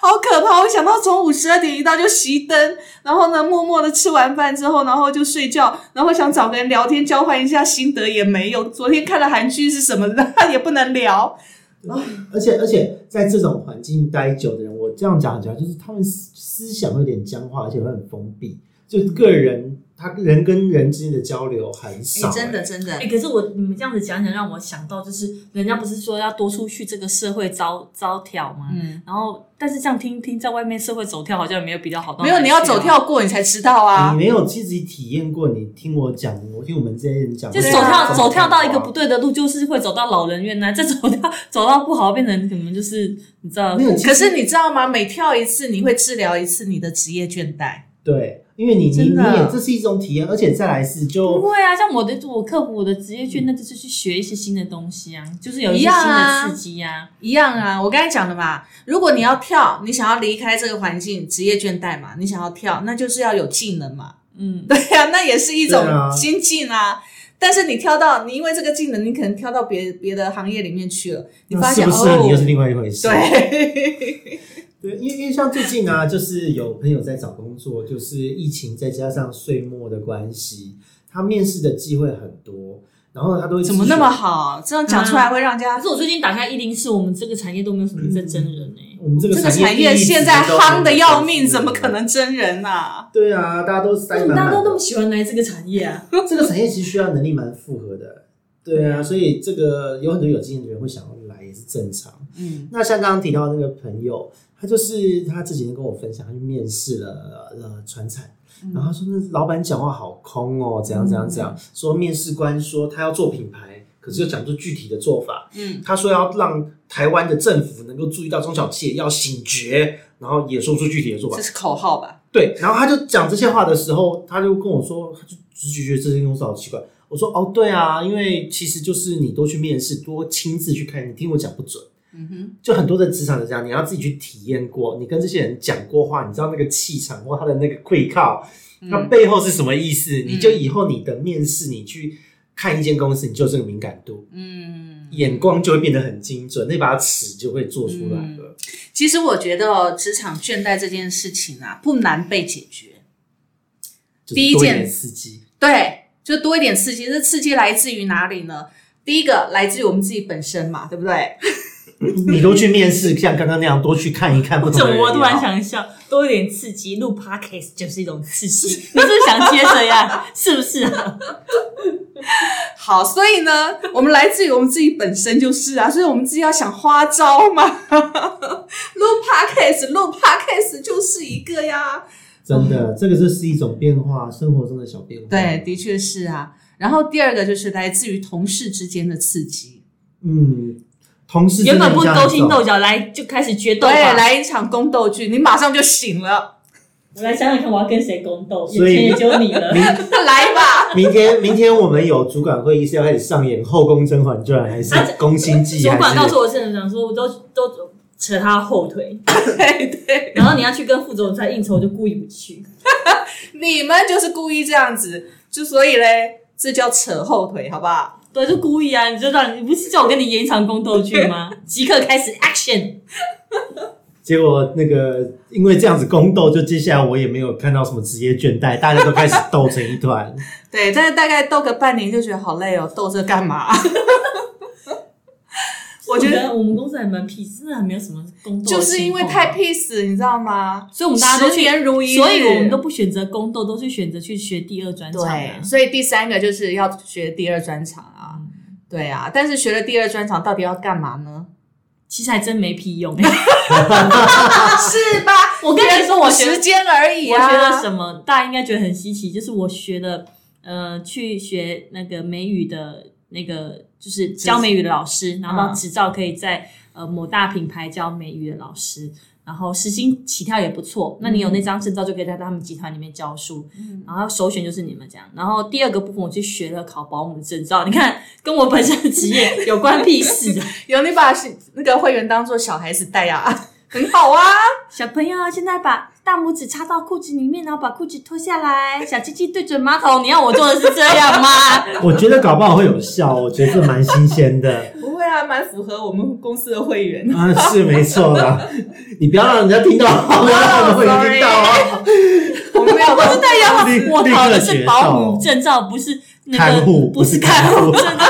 好可怕！我想到中午十二点一到就熄灯，然后呢，默默的吃完饭之后，然后就睡觉，然后想找个人聊天交换一下心得也没有。昨天看了 韩剧是什么的也不能聊，
而且而且在这种环境待久的人，我这样讲讲，就是他们思思想会有点僵化，而且会很封闭，就个人他人跟人之间的交流很少、欸
真的
哎、可是我你们这样子讲讲，让我想到就是，人家不是说要多出去这个社会招招跳吗？
嗯，
然后，但是这样听听，在外面社会走跳好像也没有比较好到哪
没
里去啊。
有你要走跳过你才知道啊
你。没有自己体验过，你听我讲，我听我们这些人讲，
就
我
走
觉得
跳、
对啊
这种
走跳到一个
感觉
不对的路，就是会走到老人 院来，再走到走到不好，变成可能就是你知道
没，有，其实
可是你知道吗？每跳一次，你会治疗一次你的职业倦怠。
对，因为你你
真
你
的
也这是一种体验，而且再来是就
不会啊。像我的我克服我的职业倦怠，就是去学一些新的东西啊，就是有一
一
些
样
新
啊
的刺激啊。
一样啊，我刚才讲的嘛，如果你要跳，你想要离开这个环境，职业倦怠嘛，你想要跳，那就是要有技能嘛。
嗯，
对呀、那也是一种
对啊
新技能啊。但是你挑到你因为这个技能，你可能挑到别别的行业里面去了，你发
那适
现
不适合你又是
哦，
另外一回 事。
对，
对，因为因为像最近啊，就是有朋友在找工作，就是疫情再加上岁末的关系，他面试的机会很多，然后他都会
怎么
咨询
那么？好？这样讲出来会让人家、
可是我最近打开一零四，我们这个产业都没有什么在真人哎、
我们这个
这个
产
产业
一直
现在
都
夯
很
的要命，
有
怎么可？能真人呐、
对啊，大家都塞
为什么
满
大家
满
都那么
的。
喜欢来这个产业啊？
这个产业其实需要能力蛮复合的，对啊，所以这个有很多有经验的人会想要来也是正常。
嗯，
那像刚刚提到那个朋友，他就是他这几天跟我分享，他去面试了呃船产，
嗯
然后他说那老板讲话好空哦，怎样怎样怎样，说面试官说他要做品牌，可是又讲不出具体的做法。
嗯
他说要让台湾的政府能够注意到中小企业要醒觉，然后也说出具体的做法
这。是口号吧？
对，然后他就讲这些话的时候，他就跟我说，他就直觉得这些公司好奇怪。我说哦，对啊，因为其实就是你多去面试，多亲自去看，你听我讲不准。
嗯哼，
就很多的职场是这样，你要自己去体验过，你跟这些人讲过话，你知道那个气场或他的那个跪靠，那
嗯
背后是什么意思？
嗯
你就以后你的面试，你去看一间公司，你就有这个敏感度，
嗯，
眼光就会变得很精准，那把尺就会做出来
嗯
了。
其实我觉得哦，职场倦怠这件事情啊，不难被解决。
就是
第一
多
件
点刺激，
对，就多一点刺激。这刺激来自于哪里呢？第一个来自于我们自己本身嘛，对不对？
你都去面试，像刚刚那样多去看一看不
为
同
什
的人
么
也好。
我突然想笑？多一点刺激，录 podcast 就是一种刺 激。你是不是想接这样？是不是啊？
好，所以呢， 我们来自于我们自己本身就是啊，所以我们自己要想花招嘛。 录 podcast，录 podcast 就是一个呀。
真的，这个就是一种变化，生活中的小变化。
对，，的确是啊。然后第二个就是来自于同事之间的刺激，
嗯，同事
原本不
真的影响
勾
很
心
重
斗角，来就开始决斗
对，
吧。，
来一场宫斗剧，你马上就醒了，
我来想想看，我要跟谁宫斗？
所以
眼前也就你 了。
来吧。
明天，明天我们有主管会议是要开始上演《后宫甄嬛传》还是
啊
《宫心计》？
主管
还
告
是
诉我是怎么讲，说我都都扯他后腿，
对对，
然后你要去跟副总裁应酬，我就故意不去。
你们就是故意这样子，就所以嘞，这叫扯后腿，好不好？
对，就故意啊！你就让你不是叫我跟你演一场宫斗剧吗？ 即刻开始 action！
结果那个因为这样子宫斗，就接下来我也没有看到什么职业倦怠，大家都开始斗成一 团。
对，但是大概斗个半年就觉得好累哦，斗这干嘛？ 我觉得
我们公司还蛮 peace，真的还没有什么宫斗的情况，
就是因为太 peace，你知道吗？
所以我们大家都
十
去，
年如一日，
所以我们都不选择宫斗，都是选择去学第二专场、啊
嗯对，。所以第三个就是要学第二专场啊。对啊，但是学了第二专场到底要干嘛呢？
其实还真没屁 用、
是吧？
我跟你说，我学
时间而已
我
啊。
学了什么？大家应该觉得很稀奇，就是我学的，呃，去学那个美语的那个，就是教美语的老师，
嗯
拿到执照可以在呃某大品牌教美语的老师，然后时薪起跳也不错。那你有那张证照，就可以在他们集团里面教书。
嗯
然后首选就是你们这样。然后第二个部分，我去学了考保姆的证照，你看跟我本身的职业有关屁事啊！
有你把那个会员当做小孩子带啊， 很好啊。
小朋友现在把大拇指插到裤子里面，然后把裤子脱下来，小鸡鸡对准马桶。你要我做的是这样吗？
我觉得搞不好会有效，我觉得这蛮新鲜的
不会啊，蛮符合我们公司的会员。
啊，是没错 啦。你不要让人家听到，不要让他们会听到啊！
我们没有，不是代表
立
我
立
考
刻
的是
决
保姆
斗，
证照，不是那个
看护
不是
看
看护
护，
证照。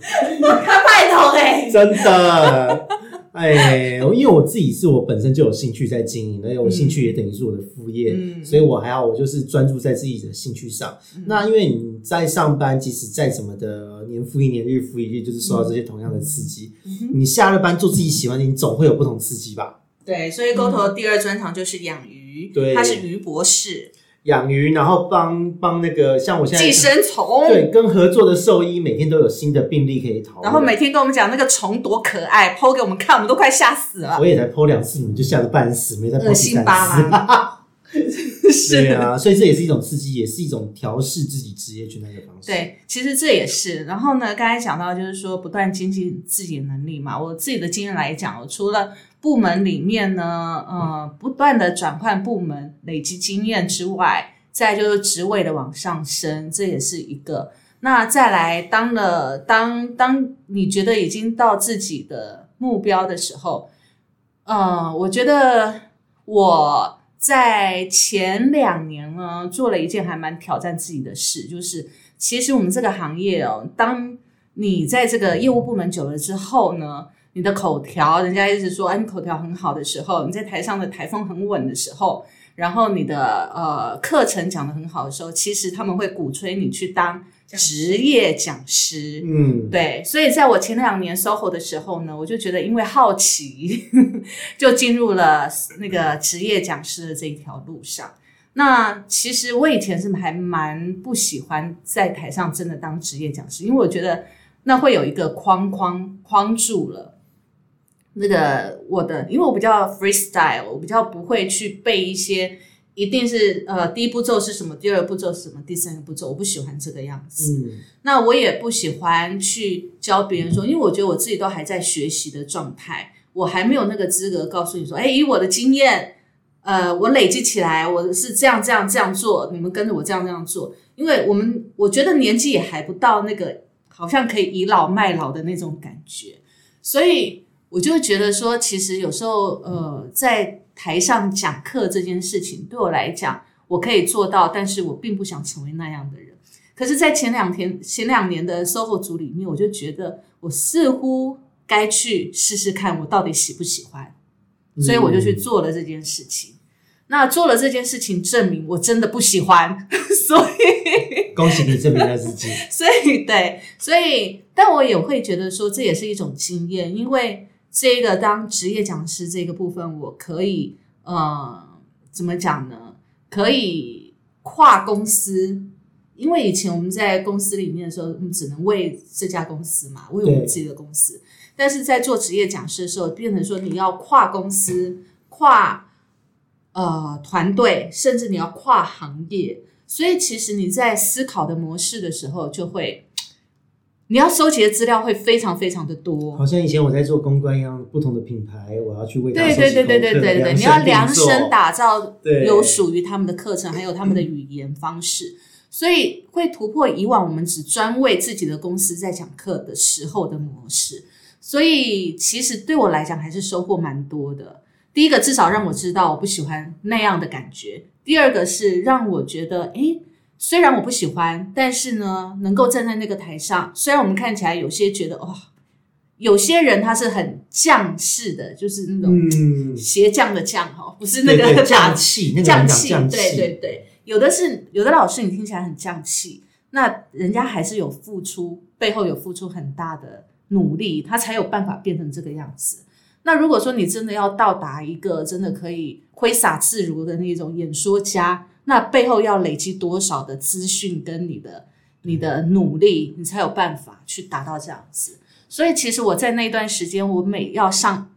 看派头
欸
哎、
真的。哎，因为我自己是我本身就有兴趣在经营，而且我兴趣也等于是我的副业，
嗯
所以我还好，我就是专注在自己的兴趣上。那因为你在上班，即使再怎么的年复一年、日复一日，就是受到这些同样的刺激，
嗯
你下了班做自己喜欢的，你总会有不同刺激吧？
对，所以沟头第二专长就是养鱼，
对
他是鱼博士，
养鱼，然后帮帮那个像我现在
寄生虫，
对跟合作的兽医，每天都有新的病例可以讨论。
然后每天跟我们讲那个虫多可爱，剖给我们看，我们都快吓死了
我，也才剖两次，你们就吓得半死，没再剖
恶
第
心
三
巴
次。
拉。
对
是，
啊，所以这也是一种刺激，也是一种调试自己职业倦怠的方式。，
对，其实这也是。然后呢，刚才讲到就是说，不断精进自己的能力嘛。我自己的经验来讲，我除了部门里面呢，呃，不断的转换部门，累积经验之外，再就是职位的往上升，这也是一个。那再来，当了当当你觉得已经到自己的目标的时候，呃，我觉得我在前两年呢，做了一件还蛮挑战自己的事，就是其实我们这个行业哦，当你在这个业务部门久了之后呢，你的口条，人家一直说，哎、你口条很好的时候，你在台上的台风很稳的时候，然后你的呃课程讲得很好的时候，其实他们会鼓吹你去当职业讲师。
嗯，
对，所以在我前两年 SOHO 的时候呢，我就觉得因为好奇， 就进入了那个职业讲师的这一条路上。那其实我以前是还蛮不喜欢在台上真的当职业讲师，因为我觉得那会有一个框框框住了。那个我的，因为我比较 freestyle，我比较不会去背一些，一定是呃第一步骤是什么，第二步骤是什么，第三个步骤，我不喜欢这个样子。
嗯
那我也不喜欢去教别人说，因为我觉得我自己都还在学习的状态，我还没有那个资格告诉你说，哎，以我的经验，呃，我累积起来，我是这样这样这样做，你们跟着我这样这样做，因为我们我觉得年纪也还不到那个好像可以倚老卖老的那种感觉，所以我就会觉得说，其实有时候呃，在台上讲课这件事情对我来讲，我可以做到，但是我并不想成为那样的人。可是，在前两天、前两年的 SOHO 组里面，我就觉得我似乎该去试试看，我到底喜不喜欢，
嗯
所以我就去做了这件事情。那做了这件事情，证明我真的不喜欢，所以，
恭喜你证明了自己。
所以对，所以，但我也会觉得说，这也是一种经验，因为这个当职业讲师这个部分，我可以呃，怎么讲呢？可以跨公司，因为以前我们在公司里面的时候，我们只能为这家公司嘛，为我们
对
自己的公司。但是在做职业讲师的时候，变成说你要跨公司、跨呃团队，甚至你要跨行业。所以其实你在思考的模式的时候，就会你要收集的资料会非常非常的多。
好像以前我在做公关一样，不同的品牌，我要去为它
对对对对对对对，你要量身
打。
打造
对
有属于他们的课程，还有他们的语言方式，所以会突破以往我们只专为自己的公司在讲课的时候的模式。所以其实对我来讲还是收获蛮多的。第一个至少让我知道我不喜欢那样的感觉，第二个是让我觉得，诶，虽然我不喜欢，但是呢，能够站在那个台上，虽然我们看起来有些觉得哇、有些人他是很将士的，就是那种
嗯，
鞋匠的匠哈，不是那
对
个
对，
打
匠气，那个
匠
人讲
气，
匠
对
气，
对对，有的是有的老师你听起来很匠气，那人家还是有付出，背后有付出很大的努力，他才有办法变成这个样子。那如果说你真的要到达一个真的可以挥洒自如的那种演说家，那背后要累积多少的资讯跟你的你的努力，你才有办法去达到这样子。所以其实我在那段时间，我每要上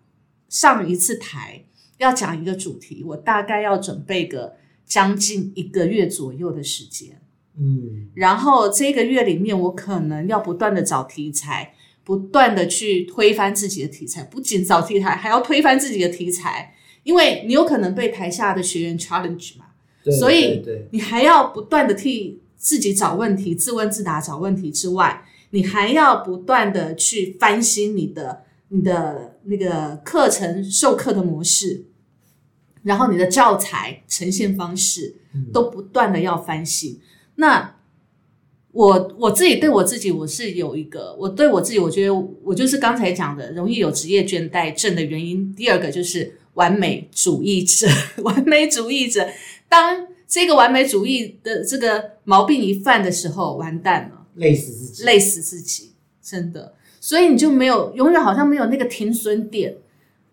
上一次台，要讲一个主题，我大概要准备个将近一个月左右的时间。
嗯，
然后这个月里面，我可能要不断的找题材，不断的去推翻自己的题材，不仅找题材，还要推翻自己的题材，因为你有可能被台下的学员 challenge 嘛，
对
所以
对对，
你还要不断的替自己找问题，自问自答找问题之外，你还要不断的去翻新你的你的那个课程授课的模式，然后你的教材呈现方式
嗯
都不断的要翻新。那我我自己对我自己，我是有一个，我对我自己，我觉得我就是刚才讲的，容易有职业倦怠症的原因。第二个就是完美主义者， 完美主义者，当这个完美主义的这个毛病一犯的时候，完蛋了。
累死自己，
累死自己，真的。所以你就没有永远好像没有那个停损点，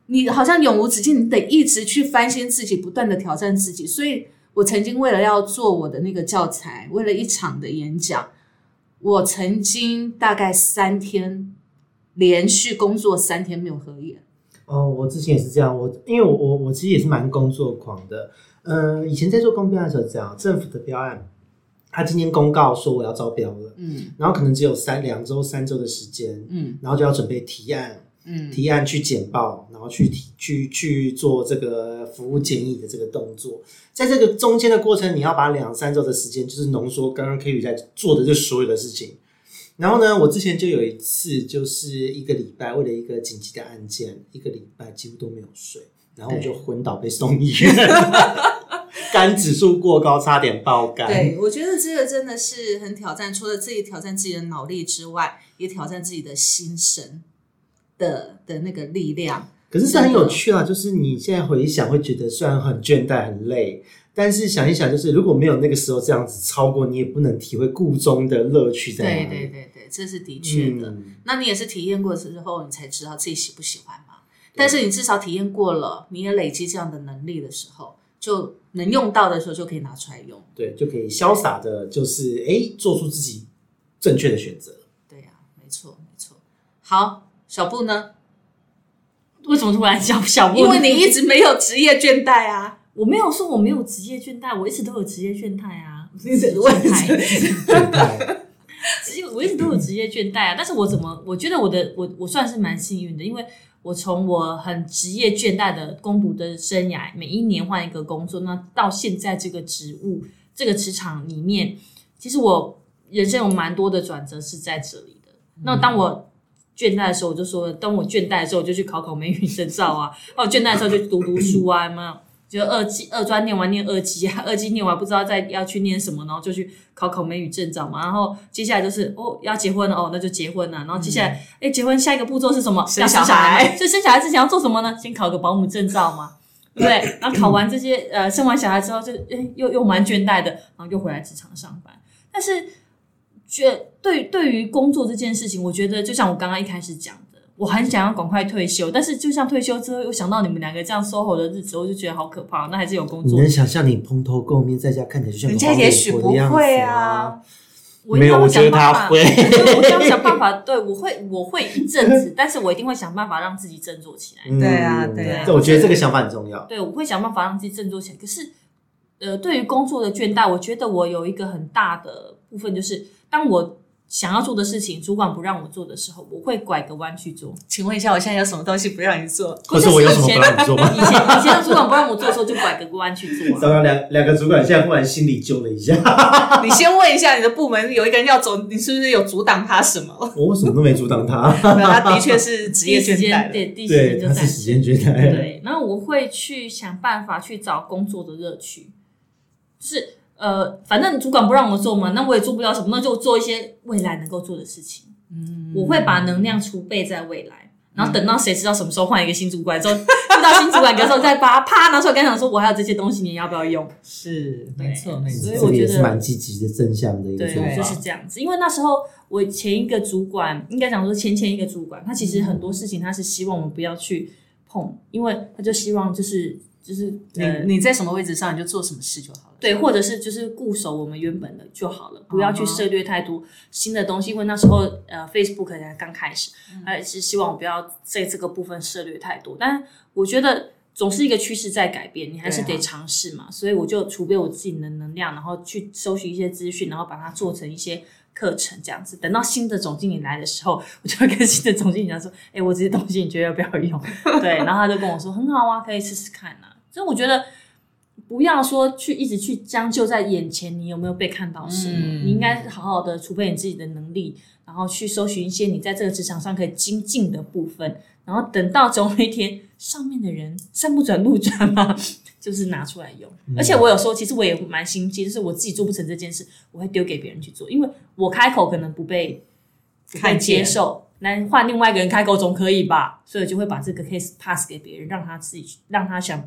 你好像永无止境，你得一直去翻新自己，不断的挑战自己。所以我曾经为了要做我的那个教材，为了一场的演讲，我曾经大概三天连续工作三天没有合眼。
哦，我之前也是这样，我因为我我我其实也是蛮工作狂的。呃，以前在做公标案的时候，这样政府的标案，他今天公告说我要招标了，
嗯
然后可能只有三两周、三周的时间，
嗯
然后就要准备提案，
嗯
提案去简报，然后去提去去做这个服务建议的这个动作。在这个中间的过程，你要把两三周的时间，就是浓缩刚刚 K 宇在做的这所有的事情。然后呢，我之前就有一次，就是一个礼拜为了一个紧急的案件，一个礼拜几乎都没有睡，然后我就昏倒被送医 院，肝指数过高，差点爆肝。
对，我觉得这个真的是很挑战，除了自己挑战自己的脑力之外，也挑战自己的心神的的那个力量。
可是是很有趣啊，就是你现在回想会觉得虽然很倦怠很累，但是想一想，就是如果没有那个时候这样子超过，你也不能体会故中的乐趣在哪
对啊
里。
对对对，这是的确的。
嗯
那你也是体验过之后，你才知道自己喜不喜欢嘛。但是你至少体验过了，你也累积这样的能力的时候，就能用到的时候就可以拿出来用。
对，就可以潇洒的，就是哎、诶做出自己正确的选择。
对呀、没错没好，小布呢？
为什么突然小小布？
因为你一直没有职业倦怠啊。
我没有说我没有职业倦怠，我一直都有职业倦怠 啊。
你
职业
的问
倦
题
怠，
对
职业我一直都有职业倦怠啊。但是我怎么，我觉得我的我我算是蛮幸运的，因为我从我很职业倦怠的攻读的生涯，每一年换一个工作，那到现在这个职务这个职场里面，其实我人生有蛮多的转折是在这里的。
嗯
那当我倦怠的时候，我就说，当我倦怠的时候，我就去考考美语证照啊；， 当我倦怠的时候，就去读读书啊，有没有？就二技二专念完念二技啊，二技念完不知道再要去念什么，然后就去考考美语证照嘛。然后接下来就是哦要结婚了哦，那就结婚了。然后接下来哎、结婚下一个步骤是什么？
嗯生
要
小
孩嘛。
孩
所以生小孩之前要做什么呢？先考个保姆证照 嘛，对不对？然后考完这些呃生完小孩之后就哎又又蛮倦怠的，然后又回来职场上班。但是觉对对于工作这件事情，我觉得就像我刚刚一开始讲的，我很想要赶快退休，但是就像退休之后，又想到你们两个这样 SOHO 的日子，我就觉得好可怕。那还是有工
你
作
能，想象你蓬头垢面在家看起来就像个
人家
黄脸
也许
婆的
不
样子
会
啊
啊。
我一定要想办法。
我觉得
对我一定要想办法，对我会我会一阵子，但是我一定会想办法让自己振作起来。
嗯
对啊对
啊
我觉得这个想法很重要。
对，我会想办法让自己振作起来。可是，呃，对于工作的倦怠，我觉得我有一个很大的部分，就是当我想要做的事情，主管不让我做的时候，我会拐个弯去做。
请问一下，我现在有什么东西不让你做？
或者我有什么不让你做 吗
以？前以前的主管不让我做的时候，就拐个弯去做、
糟
啊。
糕，两两个主管现在忽然心里揪了一下，
你先问一下你的部门有一个人要走，你是不是有阻挡他什 么？
我为什么都没阻挡他？
没有他的确是职
第一
业
时
倦
间，
怠了。
对，第一时
对，
间就
他
站
是
起
时间哎倦
来。
怠。
对，然后我会去想办法去找工作的乐趣，就是呃，反正主管不让我做嘛，那我也做不了什么，那就做一些未来能够做的事情。
嗯
我会把能量储备在未来，然后等到谁知道什么时候换一个新主管之后， 遇到新主管的时候再把它啪拿出来，跟他讲说我还有这些东西，你要不要用？
是
对
没错没
所
错
以。
这
我
个也
觉得
是蛮积极的正向的一个做
对，
啊
就
法
是。这样子。因为那时候我前一个主管，应该讲说前前一个主管，他其实很多事情他是希望我们不要去碰，因为他就希望就是就是呃
你你在什么位置上，你就做什么事就好了。
对，或者是就是固守我们原本的就好了，不要去
嗯哼
涉猎太多新的东西。因为那时候呃，Facebook 才刚开始，
嗯
还是希望我不要在这个部分涉猎太多。但我觉得总是一个趋势在改变，你还是
对啊
得尝试嘛。所以我就储备我自己的能量，然后去搜寻一些资讯，然后把它做成一些。课程这样子，等到新的总经理来的时候，我就会跟新的总经理讲说：“哎、我这些东西你觉得要不要用？”对，然后他就跟我说：“很好啊，可以试试看啊。”所以我觉得不要说去一直去将就在眼前，你有没有被看到什么？
嗯
你应该好好的储备你自己的能力，然后去搜寻一些你在这个职场上可以精进的部分，然后等到总有一天上面的人山不转路转嘛，就是拿出来用。
嗯
而且我有时候其实我也蛮心机，就是我自己做不成这件事，我会丢给别人去做，因为我开口可能不被不被
看见
接受。那换另外一个人开口总可以吧，所以我就会把这个 case pass 给别人，让他自己去让他想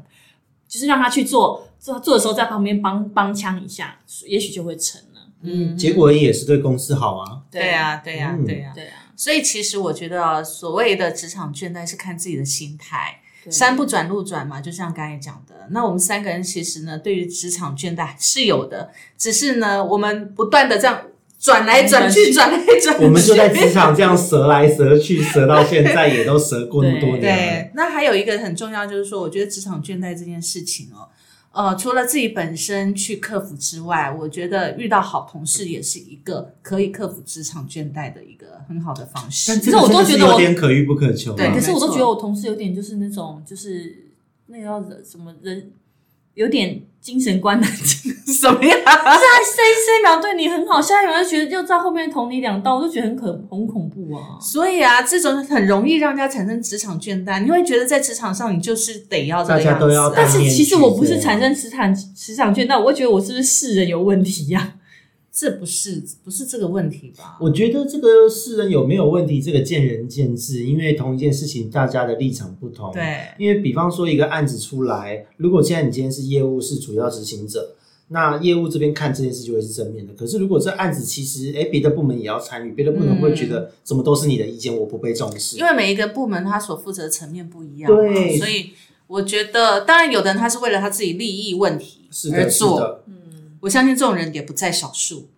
就是让他去做，做做的时候在旁边帮帮腔一下，也许就会成了。
嗯
结果也是对公司好啊。
对啊对啊
嗯
对啊。
对啊，
所以其实我觉得啊所谓的职场倦怠是看自己的心态。
对
山不转路转嘛，就像刚才讲的。那我们三个人其实呢，对于职场倦怠是有的，只是呢，我们不断的这样转来转去，转来转去。
嗯
我们就在职场这样折来折 去，折到现在也都折过那么多年啊
对，那还有一个很重要就是说，我觉得职场倦怠这件事情哦，呃，除了自己本身去克服之外，我觉得遇到好同事也是一个可以克服职场倦怠的一个很好的方式。
了。
这个我都觉得
真的
我
是有点可遇不可求啊。
对
可是我都
没错
觉得我同事有点就是那种就是那个叫什么人，有点精神观 难症。
什么呀？
他上一上一秒对你很好，下一秒就觉得又在后面捅你两刀，我就觉得很可很恐怖啊。
所以啊，这种很容易让人家产生职场倦怠。你会觉得在职场上，你就是得要这个
大家
样
都
子啊、
要戴
但是其实我不
面
是
具
产生职场职场倦怠，我会觉得我是不是世人有问题啊呀、
这不是不是这个问题吧？
我觉得这个世人有没有问题，这个见仁见智，因为同一件事情大家的立场不同。，
对，
因为比方说一个案子出来，如果现在你今天是业务是主要执行者，那业务这边看这件事就会是正面的。可是如果这案子其实，哎，别的部门也要参与，别的部门会觉
嗯
得怎么都是你的意见，我不被重视
因。为每一个部门它所负责的层面不一样嘛，
对
所以我觉得，当然有的人他是为了他自己利益问题
是
而
的，是
做，
的，
我相信这种人也不在少数。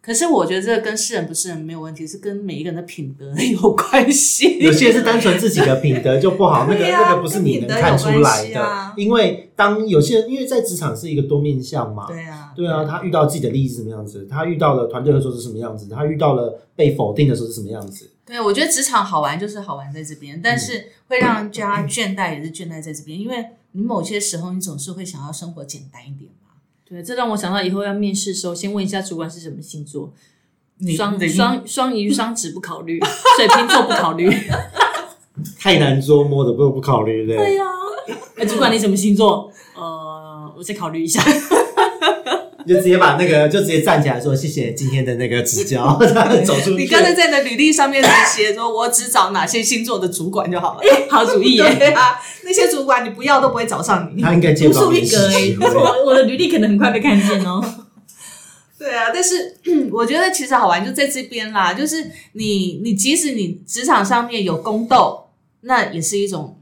可是我觉得这跟是人不是人没有问题，是跟每一个人的品德 有关系。
有些人是单纯自己的品德就不好，那个
对啊
那个不是你能看出
跟品德
来
有关系
的，
啊
因为当有些人因为在职场是一个多面向嘛，
对啊，
对啊，他遇到自己的利益是什么样子，他遇到了团队合作是什么样子，他遇到了被否定的时候是什么样子，
对，我觉得职场好玩就是好玩在这边，
嗯
但是会让人家倦怠也是倦怠在这边，因为你某些时候你总是会想要生活简单一点嘛。
对，这让我想到以后要面试的时候，先问一下主管是什么星座。
你
双
你
双双鱼、双子不考 虑，水瓶座不考虑。
太难捉摸的，不不考虑的。
呀、 哎主管你什么星座？呃，我再考虑一下。
就直接把那个就直接站起来说谢谢今天的那个指教，走出去。
你刚才在你的履历上面只写说，我只找哪些星座的主管就好了。
好主意 耶！
对啊，那些主管你不要都不会找上你。
他应该接
不
不到
输
面
一
试
格哎
机会，
我我的履历可能很快被看见哦。
对啊，但是 我觉得其实好玩就在这边啦，就是你你即使你职场上面有宫斗，那也是一种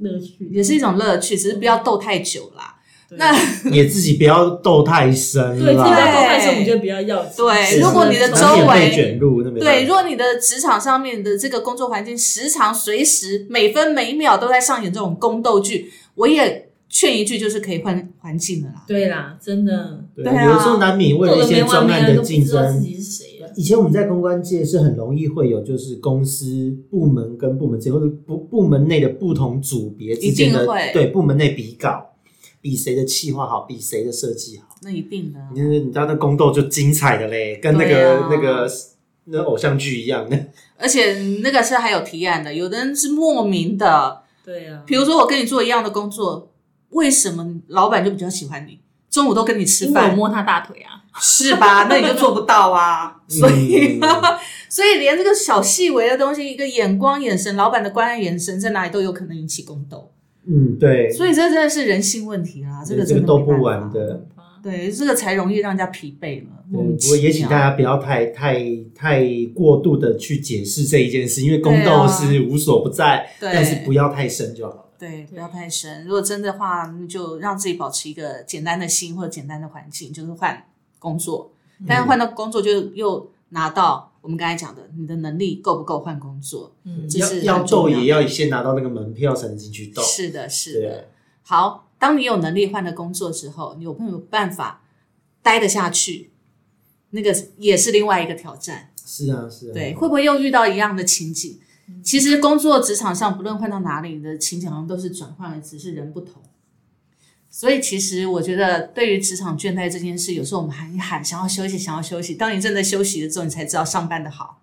乐趣
也是一种乐趣，只是不要斗太久啦。那
也自己不要斗太深
对，这个
自己
啦。
要做太深，我觉得比较要紧。
对
是
如果你的周
难免
围
被卷入，那没办法
对，啊如果你的职场上面的这个工作环境时常随时每分每秒都在上演这种宫斗剧，我也劝一句，就是可以换环境了啦。
对啦，真的
对
对啊
有的时候难免为了一些专案的竞
做得没完没了都不知道自
争。
己是谁了。
以前我们在公关界是很容易会有，就是公司部门跟部门之间，或者部部门内的不同组别之间的
一定会
对部门内比稿，比谁的企划好，比谁的设计好。
那一定的啊。
你你知道那宫斗就精彩的嘞，跟那
对
个、
啊
那个那偶像剧一样的。
而且那个是还有提案的，有的人是莫名的，
对啊，
比如说我跟你做一样的工作，为什么老板就比较喜欢你？中午都跟你吃
因为我
饭
摸他大腿啊，
是 吧？那你就做不到啊。 所以，啊
嗯
所以连这个小细微的东西，一个眼光、眼神，老板的关爱眼神，在哪里都有可能引起宫斗。
嗯，对，
所以这真的是人性问题啦，个
这
真
个
的
斗
没办法
不完。的。
对，这个才容易让人家疲惫了。莫
对，
名
不
其
过
妙
也请大家不要太太太过度的去解释这一件事，因为宫斗是无所不在，
啊对
但是不要太深就好了。
对，不要太深。如果真的话，那就让自己保持一个简单的心或者简单的环境，就是换工作。但是换到工作就又拿到我们刚才讲的，你的能力够不够换工作？
嗯，
这是
要要
很重
斗
要
也要先拿到那个门票才能进去斗。
是的，是
对啊
的。好，当你有能力换了工作之后，你有没有办法待得下去？那个也是另外一个挑战。
是啊，是啊。
对，会不会又遇到一样的情景？其实工作职场上，不论换到哪里，你的情景好像都是转换，只是人不同。所以其实我觉得，对于职场倦怠这件事，有时候我们喊一喊，想要休息，想要休息。当你真的休息了之后，你才知道上班的好。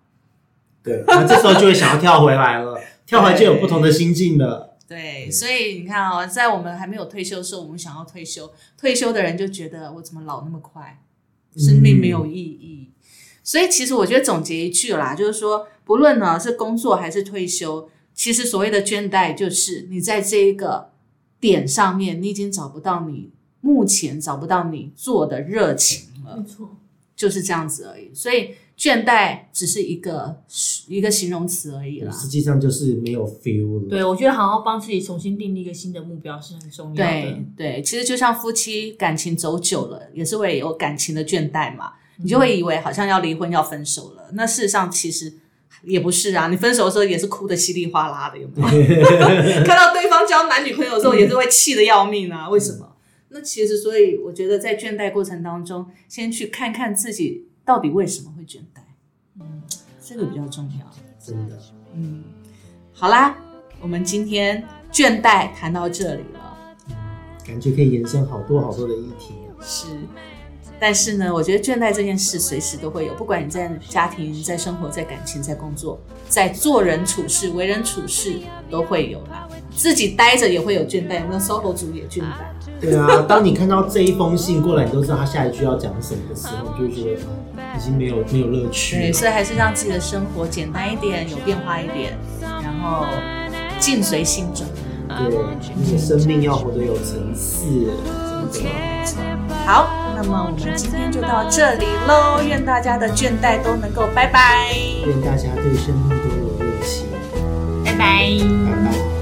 对，那这时候就会想要跳回来 了，跳回来就有不同的心境了。
对，
对
所以你看哦，在我们还没有退休的时候，我们想要退休，退休的人就觉得我怎么老那么快，生命没有意义。所以其实我觉得总结一句啦，就是说，不论呢是工作还是退休，其实所谓的倦怠，就是你在这一个点上面，你已经找不到你目前找不到你做的热情了
没。错，
就是这样子而已。所以倦怠只是一个一个形容词而已啦。
实际上就是没有 feel 了。
对我觉得好好帮自己重新定立一个新的目标是很重要的
对。对，其实就像夫妻感情走久了，也是会有感情的倦怠嘛。你就
嗯
会以为好像要离婚要分手了，那事实上其实也不是啊。你分手的时候也是哭的稀里哗啦的，有没有？ 看到对方交男女朋友的时候也是会气得要命啊。为什
嗯
么？那其实所以我觉得在倦怠过程当中，先去看看自己到底为什么会倦怠，嗯，这个比较重要。
真的。
嗯，好啦，我们今天倦怠谈到这里了，
感觉可以延伸好多好多的议题。
是。但是呢，我觉得倦怠这件事随时都会有，不管你在家庭、在生活、在感情、在工作、在做人处事、为人处事都会有啦。自己待着也会有倦怠，有没有 SOHO 族也倦怠？
对啊， 当你看到这一封信过来，你都知道他下一句要讲什么的时候，你就会觉得啊已经没有没有乐趣
对，
了。
所以还是让自己的生活简单一点，有变化一点，然后境随心转。
对，你的生命要活得有层次，真的。
好，那么我们今天就到这里喽，愿大家的倦怠都能够拜拜。
愿大家对生命都有热情。
拜拜。
拜拜。